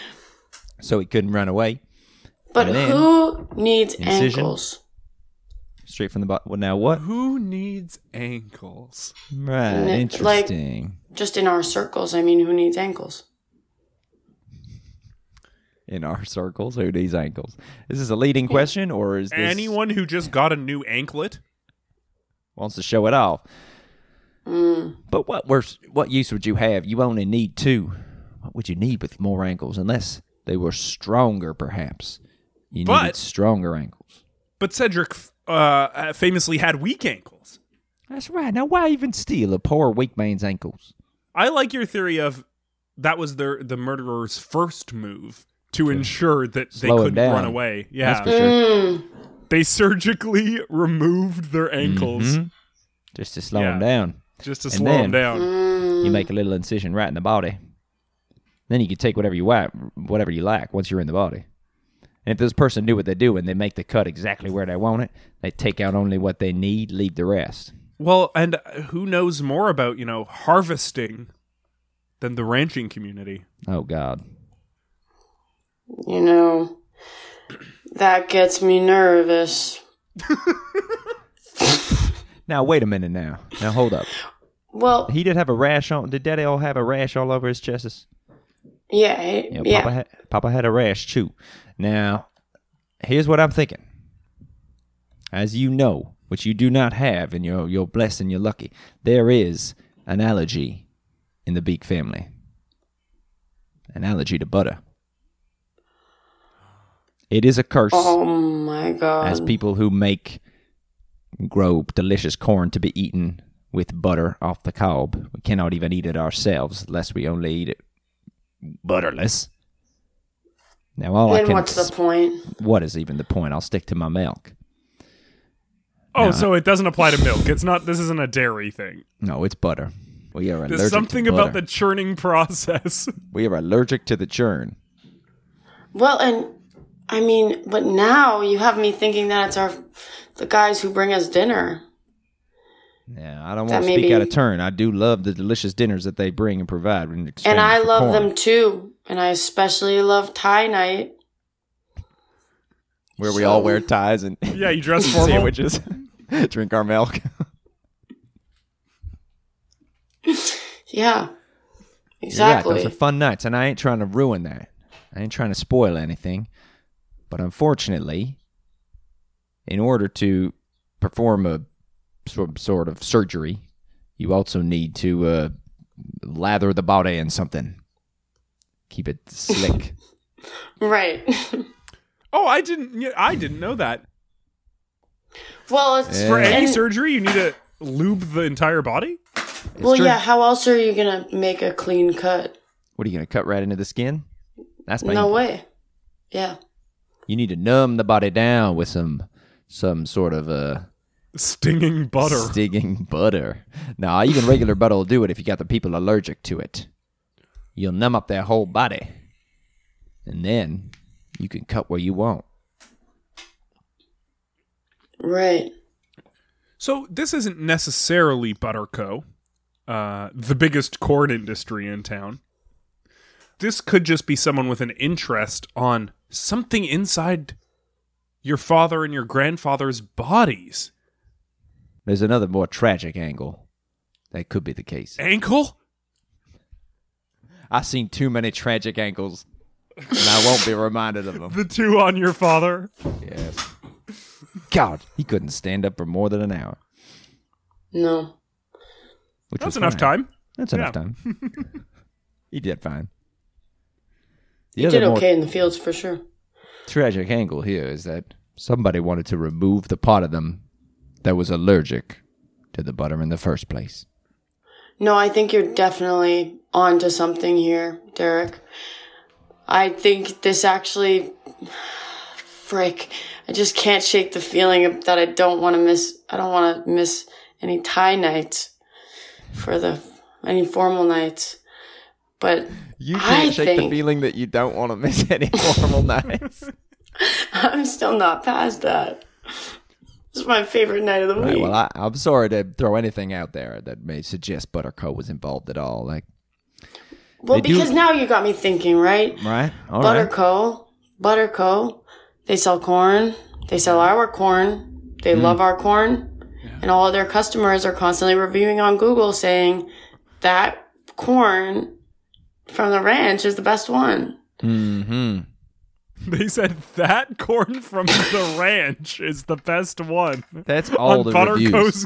[SPEAKER 2] so he couldn't run away.
[SPEAKER 3] But
[SPEAKER 2] And then-
[SPEAKER 3] who needs
[SPEAKER 2] Incision?
[SPEAKER 3] ankles?
[SPEAKER 2] Straight from the bottom. Well, now what?
[SPEAKER 1] Who needs ankles?
[SPEAKER 2] Right,
[SPEAKER 3] N- like-
[SPEAKER 2] interesting.
[SPEAKER 3] Just in our circles, I mean, who needs ankles?
[SPEAKER 2] in our circles, who needs ankles? Is this a leading question, or is this
[SPEAKER 1] Anyone who just got a new anklet?
[SPEAKER 2] wants to show it off?
[SPEAKER 3] Mm.
[SPEAKER 2] But what worse, what use would you have? You only need two. What would you need with more ankles? Unless they were stronger, perhaps. You
[SPEAKER 1] But-
[SPEAKER 2] needed stronger ankles.
[SPEAKER 1] But Cedric uh, famously had weak ankles.
[SPEAKER 2] That's right. Now, why even steal a poor weak man's ankles?
[SPEAKER 1] I like your theory of that was their the murderer's first move to ensure that they
[SPEAKER 2] Slow him
[SPEAKER 1] couldn't run
[SPEAKER 2] down.
[SPEAKER 1] away. Yeah,
[SPEAKER 2] That's for sure.
[SPEAKER 3] Mm.
[SPEAKER 1] they surgically removed their ankles
[SPEAKER 2] Mhm. Just to slow
[SPEAKER 1] Yeah.
[SPEAKER 2] him down.
[SPEAKER 1] just to
[SPEAKER 2] And
[SPEAKER 1] slow them
[SPEAKER 2] then-
[SPEAKER 1] down.
[SPEAKER 3] Mm.
[SPEAKER 2] You make a little incision right in the body. Then you can take whatever you want, whatever you like, once you're in the body. And if this person knew what they do and they make the cut exactly where they want it, they take out only what they need, leave the rest.
[SPEAKER 1] Well, and who knows more about you know harvesting than the ranching community?
[SPEAKER 2] Oh God.
[SPEAKER 3] You know, that gets me nervous.
[SPEAKER 2] Now wait a minute. Now, now hold up.
[SPEAKER 3] Well,
[SPEAKER 2] He did have a rash on. Did Daddy all have a rash all over his chest?
[SPEAKER 3] yeah, I-
[SPEAKER 2] Yeah,
[SPEAKER 3] yeah.
[SPEAKER 2] Papa, had, Papa had a rash too. Now, here's what I'm thinking. As you know, which you do not have, and you're you're blessed and you're lucky. There is an allergy in the Beak family. An allergy to butter. It is a curse
[SPEAKER 3] Oh my god.
[SPEAKER 2] as people who make grow delicious corn to be eaten with butter off the cob. We cannot even eat it ourselves, lest we only eat it butterless. Now, all I
[SPEAKER 3] then
[SPEAKER 2] can
[SPEAKER 3] what's the point?
[SPEAKER 2] what is even the point? I'll stick to my milk.
[SPEAKER 1] Oh, so it doesn't apply to milk. It's not. This isn't a dairy thing.
[SPEAKER 2] No, it's butter. We are allergic
[SPEAKER 1] There's something
[SPEAKER 2] to butter.
[SPEAKER 1] about the churning process.
[SPEAKER 2] we are allergic to the churn.
[SPEAKER 3] Well, and I mean, but now you have me thinking that it's our the guys who bring us dinner.
[SPEAKER 2] Yeah, I don't
[SPEAKER 3] That
[SPEAKER 2] want to
[SPEAKER 3] may
[SPEAKER 2] speak
[SPEAKER 3] be-
[SPEAKER 2] out of turn. I do love the delicious dinners that they bring and provide. In exchange
[SPEAKER 3] and I
[SPEAKER 2] for
[SPEAKER 3] love
[SPEAKER 2] corn.
[SPEAKER 3] them too. And I especially love Thai night.
[SPEAKER 2] where we
[SPEAKER 3] so-
[SPEAKER 2] all wear ties and
[SPEAKER 1] yeah, you dress
[SPEAKER 2] eat
[SPEAKER 1] formal.
[SPEAKER 2] sandwiches, drink our milk.
[SPEAKER 3] Yeah. Exactly.
[SPEAKER 2] You're right. Those are fun nights, and I ain't trying to ruin that. I ain't trying to spoil anything. But unfortunately, in order to perform a sor- sort of surgery, you also need to uh, lather the body in something. Keep it slick.
[SPEAKER 3] Right.
[SPEAKER 1] Oh, I didn't. yeah, I didn't know that.
[SPEAKER 3] well, it's
[SPEAKER 2] Yeah.
[SPEAKER 1] For any
[SPEAKER 3] and-
[SPEAKER 1] surgery, you need to lube the entire body.
[SPEAKER 2] It's
[SPEAKER 3] well,
[SPEAKER 2] true.
[SPEAKER 3] yeah. How else are you gonna make a clean cut?
[SPEAKER 2] What are you gonna cut right into the skin? That's
[SPEAKER 3] No
[SPEAKER 2] painful.
[SPEAKER 3] way. Yeah.
[SPEAKER 2] You need to numb the body down with some some sort of uh,
[SPEAKER 1] Stinging butter.
[SPEAKER 2] stinging butter. Nah, even regular butter will do it if you got the people allergic to it. You'll numb up their whole body, and then you can cut where you want.
[SPEAKER 3] Right.
[SPEAKER 1] so this isn't necessarily Butterco, uh, the biggest corn industry in town. This could just be someone with an interest on something inside your father and your grandfather's bodies.
[SPEAKER 2] There's another more tragic angle. That could be the case.
[SPEAKER 1] Ankle?
[SPEAKER 2] I've seen too many tragic angles, and I won't be reminded of them.
[SPEAKER 1] The two on your father.
[SPEAKER 2] Yes. God, he couldn't stand up for more than an hour.
[SPEAKER 3] No.
[SPEAKER 2] Which
[SPEAKER 1] That's
[SPEAKER 2] was
[SPEAKER 1] enough
[SPEAKER 2] fine.
[SPEAKER 1] time.
[SPEAKER 2] That's
[SPEAKER 1] Yeah.
[SPEAKER 2] enough time. he did fine. The
[SPEAKER 3] You
[SPEAKER 2] other
[SPEAKER 3] did
[SPEAKER 2] more
[SPEAKER 3] okay in the fields for sure.
[SPEAKER 2] tragic angle here is that somebody wanted to remove the part of them that was allergic to the butter in the first place.
[SPEAKER 3] No, I think you're definitely onto something here, Derek. I think this actually. Frick. I just can't shake the feeling of- that I don't want to miss. I don't want to miss any tie nights for the. any formal nights. But
[SPEAKER 2] You
[SPEAKER 3] can't I shake the think-
[SPEAKER 2] feeling that you don't want to miss any formal nights.
[SPEAKER 3] I'm still not past that. This is my favorite night of the week.
[SPEAKER 2] Right, well, I, I'm sorry to throw anything out there that may suggest Butterco was involved at all. Like,
[SPEAKER 3] Well,
[SPEAKER 2] They do-
[SPEAKER 3] because now you got me thinking, right?
[SPEAKER 2] right? All right.
[SPEAKER 3] Butterco, Butterco, they sell corn. They sell our corn. They
[SPEAKER 2] Mm.
[SPEAKER 3] love our corn. And all of their customers are constantly reviewing on Google saying that corn from the ranch is the best one.
[SPEAKER 2] Mm-hmm.
[SPEAKER 1] They said that corn from the ranch is the best one.
[SPEAKER 2] That's all
[SPEAKER 1] on
[SPEAKER 2] the
[SPEAKER 1] Butterco's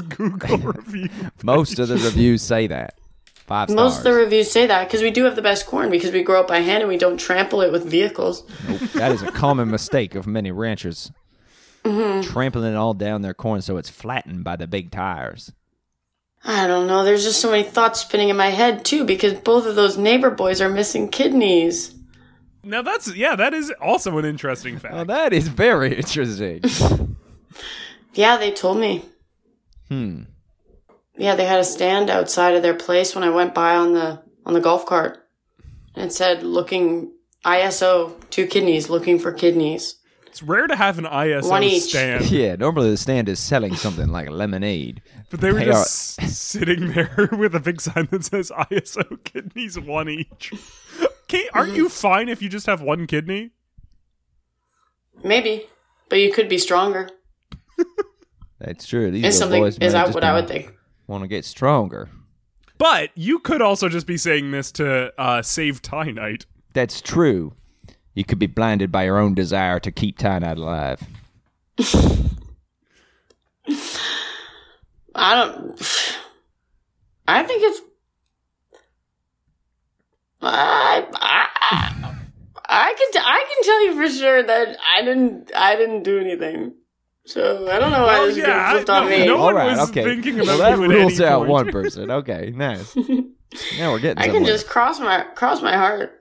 [SPEAKER 2] reviews.
[SPEAKER 1] Google review.
[SPEAKER 2] Most of the reviews say that. Five stars.
[SPEAKER 3] Most of the reviews say that because we do have the best corn because we grow it by hand and we don't trample it with vehicles.
[SPEAKER 2] Nope. That is a common mistake of many ranchers.
[SPEAKER 3] Mm-hmm.
[SPEAKER 2] Trampling it all down their corn so it's flattened by the big tires.
[SPEAKER 3] I don't know. There's just so many thoughts spinning in my head too because both of those neighbor boys are missing kidneys.
[SPEAKER 1] Now that's yeah, that is also an interesting fact.
[SPEAKER 2] Oh, that is very interesting.
[SPEAKER 3] Yeah, they told me.
[SPEAKER 2] hmm.
[SPEAKER 3] Yeah, they had a stand outside of their place when I went by on the on the golf cart. And it said looking ISO two kidneys, looking for kidneys.
[SPEAKER 1] it's rare to have an ISO
[SPEAKER 3] One each.
[SPEAKER 1] stand,
[SPEAKER 2] Yeah, normally the stand is selling something like lemonade.
[SPEAKER 1] but they were
[SPEAKER 2] They
[SPEAKER 1] just s- sitting there with a big sign that says ISO kidneys one each. Kate, aren't you fine if you just have one kidney?
[SPEAKER 3] Maybe. But you could be stronger.
[SPEAKER 2] That's true. These
[SPEAKER 3] Is
[SPEAKER 2] little
[SPEAKER 3] something
[SPEAKER 2] boys
[SPEAKER 3] is I, what I would think.
[SPEAKER 2] Want to get stronger.
[SPEAKER 1] But you could also just be saying this to uh, save tie night.
[SPEAKER 2] That's true. You could be blinded by your own desire to keep Tynite alive.
[SPEAKER 3] I don't I think it's I, I, I can t- I can tell you for sure that I didn't I didn't do anything. So I don't know why
[SPEAKER 1] Oh,
[SPEAKER 3] this is
[SPEAKER 1] yeah,
[SPEAKER 3] getting flipped
[SPEAKER 1] I-
[SPEAKER 3] on me.
[SPEAKER 1] no
[SPEAKER 2] All
[SPEAKER 1] one
[SPEAKER 2] right,
[SPEAKER 1] was
[SPEAKER 2] okay.
[SPEAKER 1] thinking
[SPEAKER 2] Well,
[SPEAKER 1] about
[SPEAKER 2] that
[SPEAKER 1] you at any
[SPEAKER 2] rules out
[SPEAKER 1] point.
[SPEAKER 2] one person. Okay, nice. now we're getting
[SPEAKER 3] I
[SPEAKER 2] somewhere.
[SPEAKER 3] can just cross my cross my heart.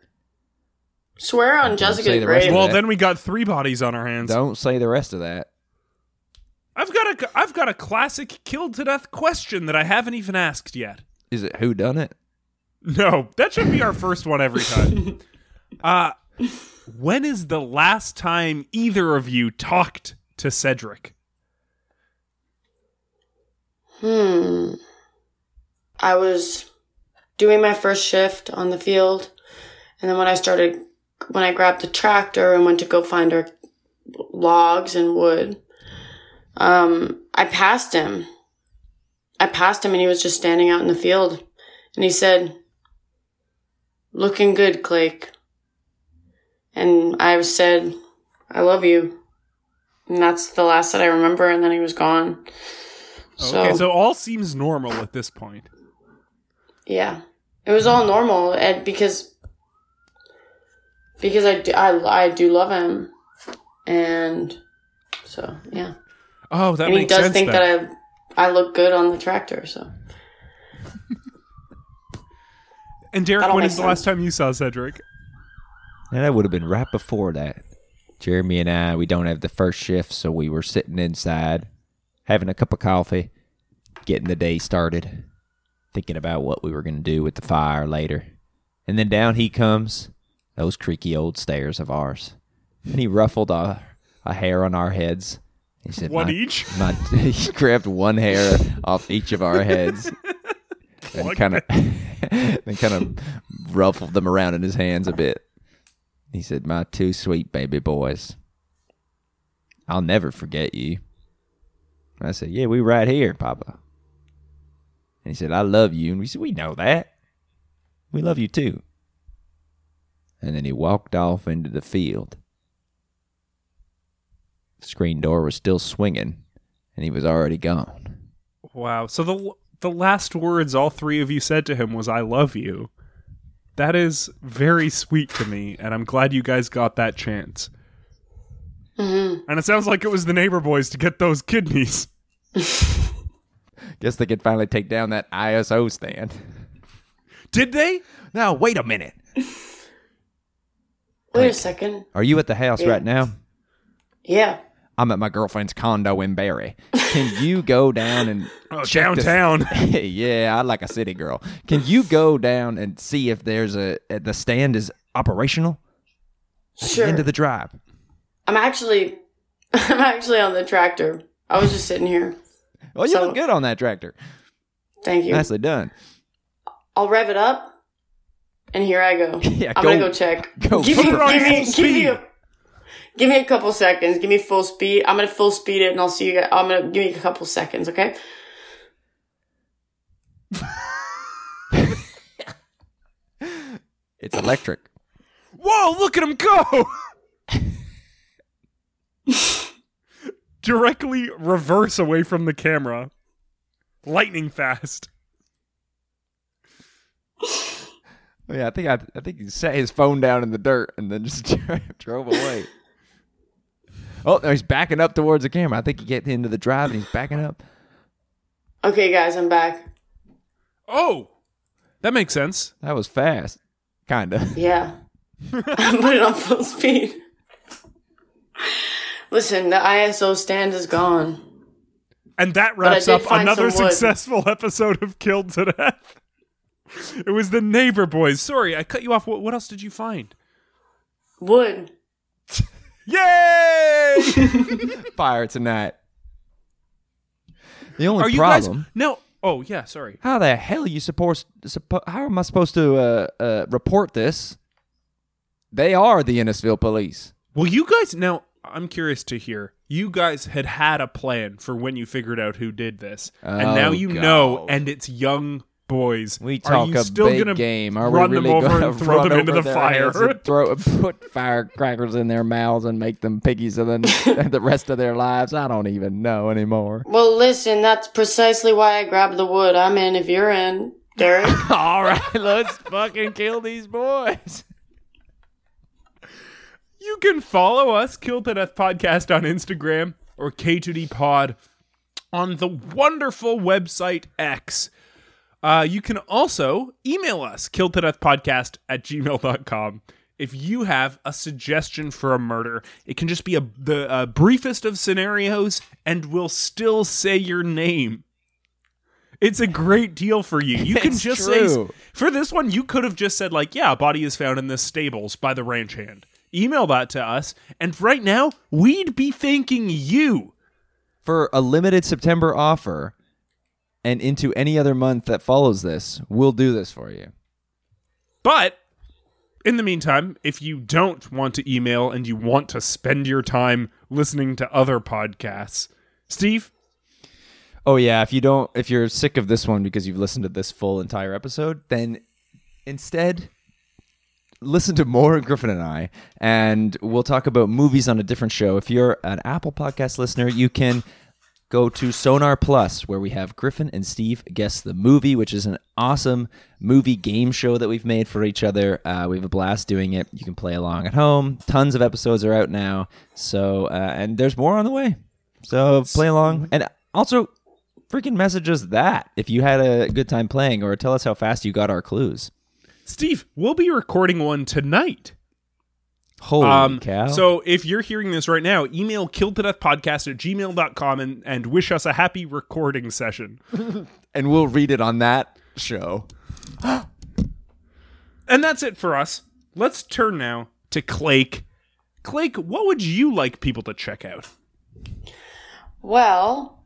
[SPEAKER 3] Swear on
[SPEAKER 2] say
[SPEAKER 3] Jessica's
[SPEAKER 2] the rest
[SPEAKER 3] grave.
[SPEAKER 2] of
[SPEAKER 1] Well,
[SPEAKER 2] that.
[SPEAKER 1] then we got three bodies on our hands.
[SPEAKER 2] Don't say the rest of that.
[SPEAKER 1] I've got a I've got a classic killed to death question that I haven't even asked yet.
[SPEAKER 2] Is it who done it?
[SPEAKER 1] No, that should be our first one every time. uh when is the last time either of you talked to Cedric?
[SPEAKER 3] hmm. I was doing my first shift on the field, and then when I started, when I grabbed the tractor and went to go find our logs and wood, um, I passed him. I passed him, and he was just standing out in the field. And he said, Looking good, Clake. And I said, I love you. And that's the last that I remember. And then he was gone. So,
[SPEAKER 1] Okay, so all seems normal at this point.
[SPEAKER 3] yeah, it was all normal. And because, because I do, I, I do love him. And so, yeah.
[SPEAKER 1] Oh, that
[SPEAKER 3] and he
[SPEAKER 1] makes
[SPEAKER 3] does
[SPEAKER 1] sense.
[SPEAKER 3] think
[SPEAKER 1] then.
[SPEAKER 3] that I, I look good on the tractor. So
[SPEAKER 1] and Derek,
[SPEAKER 3] That'll
[SPEAKER 1] when
[SPEAKER 3] make
[SPEAKER 1] is the last
[SPEAKER 3] sense.
[SPEAKER 1] time you saw Cedric?
[SPEAKER 2] And that would have been right before that. Jeremy and I, we don't have the first shift, so we were sitting inside, having a cup of coffee, getting the day started, thinking about what we were going to do with the fire later. And then down he comes, those creaky old stairs of ours. And he ruffled a, a hair on our heads. He said,
[SPEAKER 1] One
[SPEAKER 2] "My-
[SPEAKER 1] each?"
[SPEAKER 2] my- he grabbed one hair off each of our heads and kind of and kind of ruffled them around in his hands a bit. He said, "My two sweet baby boys, I'll never forget you." And I said, "Yeah, we right here, Papa." And he said, "I love you," and we said, "We know that. We love you too." And then he walked off into the field. Screen door was still swinging, and he was already gone.
[SPEAKER 1] Wow. So the the last words all three of you said to him was "I love you." That is very sweet to me, and I'm glad you guys got that chance. And it sounds like it was the neighbor boys to get those kidneys.
[SPEAKER 2] Guess they could finally take down that ISO stand.
[SPEAKER 1] Did they?
[SPEAKER 2] Now, wait a minute.
[SPEAKER 3] wait a second.
[SPEAKER 2] Are you at the house right now?
[SPEAKER 3] Yeah.
[SPEAKER 2] I'm at my girlfriend's condo in Barry. Can you go down and
[SPEAKER 1] Oh,
[SPEAKER 2] check this-
[SPEAKER 1] downtown.
[SPEAKER 2] yeah, I like a city girl. Can you go down and see if there's a uh, the stand is operational
[SPEAKER 3] Sure.
[SPEAKER 2] into the drive?
[SPEAKER 3] I'm actually I'm actually on the tractor. I was just sitting here.
[SPEAKER 2] Oh, you
[SPEAKER 3] So-
[SPEAKER 2] look good on that tractor.
[SPEAKER 3] Thank you.
[SPEAKER 2] Nicely done.
[SPEAKER 3] I'll rev it up and here I go.
[SPEAKER 2] Yeah,
[SPEAKER 3] I'm
[SPEAKER 2] go-
[SPEAKER 3] gonna go check.
[SPEAKER 2] go.
[SPEAKER 3] give, me,
[SPEAKER 2] Put
[SPEAKER 3] give,
[SPEAKER 2] it on
[SPEAKER 3] me,
[SPEAKER 1] full
[SPEAKER 3] give me a give me a couple seconds. Give me full speed. I'm gonna full speed it and I'll see you guys I'm gonna give me a couple seconds, okay?
[SPEAKER 2] It's electric.
[SPEAKER 1] Whoa! Look at him go! Directly reverse away from the camera, lightning fast.
[SPEAKER 2] Yeah, I think I, I think he set his phone down in the dirt and then just drove away. Oh, no, he's backing up towards the camera. I think he get into the drive and he's backing up.
[SPEAKER 3] Okay guys, I'm back.
[SPEAKER 1] Oh, that makes sense.
[SPEAKER 2] That was fast, kind of.
[SPEAKER 3] Yeah. I put it on full speed. Listen, the ISO stand is gone.
[SPEAKER 1] And that
[SPEAKER 3] I
[SPEAKER 1] wraps
[SPEAKER 3] did
[SPEAKER 1] up
[SPEAKER 3] find
[SPEAKER 1] another
[SPEAKER 3] some wood.
[SPEAKER 1] successful episode of Killed to Death. It was the neighbor boys. Sorry, I cut you off. What, what else did you find?
[SPEAKER 3] Wood.
[SPEAKER 1] Yay!
[SPEAKER 2] Fire tonight. The only
[SPEAKER 1] Are you
[SPEAKER 2] problem.
[SPEAKER 1] guys no? Oh yeah, sorry.
[SPEAKER 2] How the hell you support? Suppo- how am I supposed to uh, uh, report this? They are the Innisfil police.
[SPEAKER 1] Well, you guys now. I'm curious to hear. You guys had had a plan for when you figured out who did this, and
[SPEAKER 2] Oh,
[SPEAKER 1] now you know,
[SPEAKER 2] God.
[SPEAKER 1] and it's young boys.
[SPEAKER 2] We
[SPEAKER 1] Are
[SPEAKER 2] talk
[SPEAKER 1] you
[SPEAKER 2] a
[SPEAKER 1] still
[SPEAKER 2] big
[SPEAKER 1] gonna
[SPEAKER 2] game. Are
[SPEAKER 1] run
[SPEAKER 2] we really
[SPEAKER 1] them over
[SPEAKER 2] going to
[SPEAKER 1] and throw them into the fire?
[SPEAKER 2] Throw put firecrackers in their mouths and make them piggies of the, the rest of their lives. I don't even know anymore.
[SPEAKER 3] Well, listen, that's precisely why I grabbed the wood. I'm in if you're in, Derek.
[SPEAKER 2] All right, let's fucking kill these boys.
[SPEAKER 1] You can follow us, Kill to Death Podcast, on Instagram or K2D Pod on the wonderful website X. Uh, you can also email us, kill to death podcast at gmail.com. If you have a suggestion for a murder, it can just be a, the uh, briefest of scenarios and we'll still say your name. It's a great deal for you. You can
[SPEAKER 2] It's
[SPEAKER 1] just say,
[SPEAKER 2] true.
[SPEAKER 1] for this one, you could have just said, like, yeah, a body is found in the stables by the ranch hand. Email that to us. And right now, we'd be thanking you.
[SPEAKER 2] for a limited September offer and into any other month that follows this, we'll do this for you.
[SPEAKER 1] But in the meantime, if you don't want to email and you want to spend your time listening to other podcasts, Steve,
[SPEAKER 2] oh yeah, if you don't, if you're sick of this one because you've listened to this full entire episode, then instead listen to more of Griffin and I, and we'll talk about movies on a different show. If you're an Apple Podcast listener, you can go to Sonar Plus, where we have Griffin and Steve guess the movie, which is an awesome movie game show that we've made for each other. Uh, we have a blast doing it. You can play along at home. Tons of episodes are out now, so uh, and there's more on the way. So play along, and also freaking message us that if you had a good time playing, or tell us how fast you got our clues.
[SPEAKER 1] Steve, we'll be recording one tonight.
[SPEAKER 2] Holy
[SPEAKER 1] Um,
[SPEAKER 2] cow!
[SPEAKER 1] So if you're hearing this right now, email killedtodeathpodcast at gmail.com and, and wish us a happy recording session.
[SPEAKER 2] and we'll read it on that show.
[SPEAKER 1] And that's it for us. Let's turn now to Clake. Clake, what would you like people to check out?
[SPEAKER 3] Well,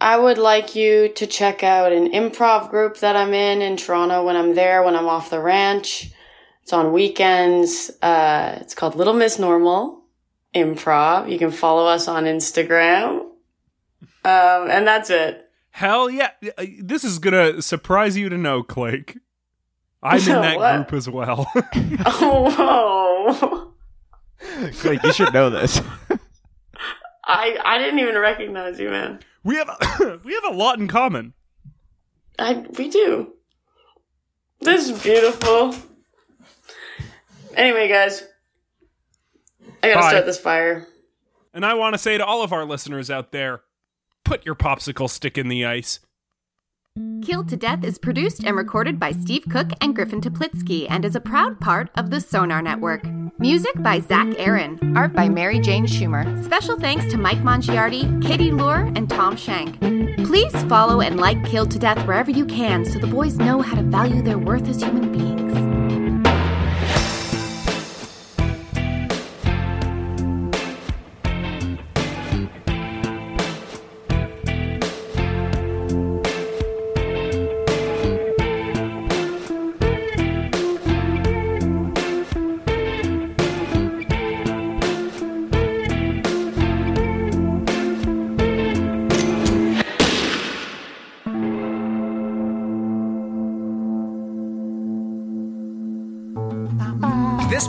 [SPEAKER 3] I would like you to check out an improv group that I'm in in Toronto when I'm there, when I'm off the ranch. It's on weekends. Uh, it's called Little Miss Normal Improv. You can follow us on Instagram. Um, and that's it.
[SPEAKER 1] Hell yeah. Uh, This is going to surprise you to know, Clake. I'm in that
[SPEAKER 3] What?
[SPEAKER 1] group as well.
[SPEAKER 3] Oh, whoa.
[SPEAKER 2] Like you should know this.
[SPEAKER 3] I, I didn't even recognize you, man.
[SPEAKER 1] we have a, we have a lot in common.
[SPEAKER 3] I, we do. This is beautiful. Anyway, guys, I gotta
[SPEAKER 1] Bye.
[SPEAKER 3] start this fire.
[SPEAKER 1] And I want to say to all of our listeners out there, put your popsicle stick in the ice.
[SPEAKER 4] Killed to Death is produced and recorded by Steve Cook and Griffin Toplitsky and is a proud part of the Sonar Network. Music by Zach Aaron. Art by Mary Jane Schumer. Special thanks to Mike Mongiardi, Katie Lohr, and Tom Shank. Please follow and like Killed to Death wherever you can so the boys know how to value their worth as human beings.
[SPEAKER 5] This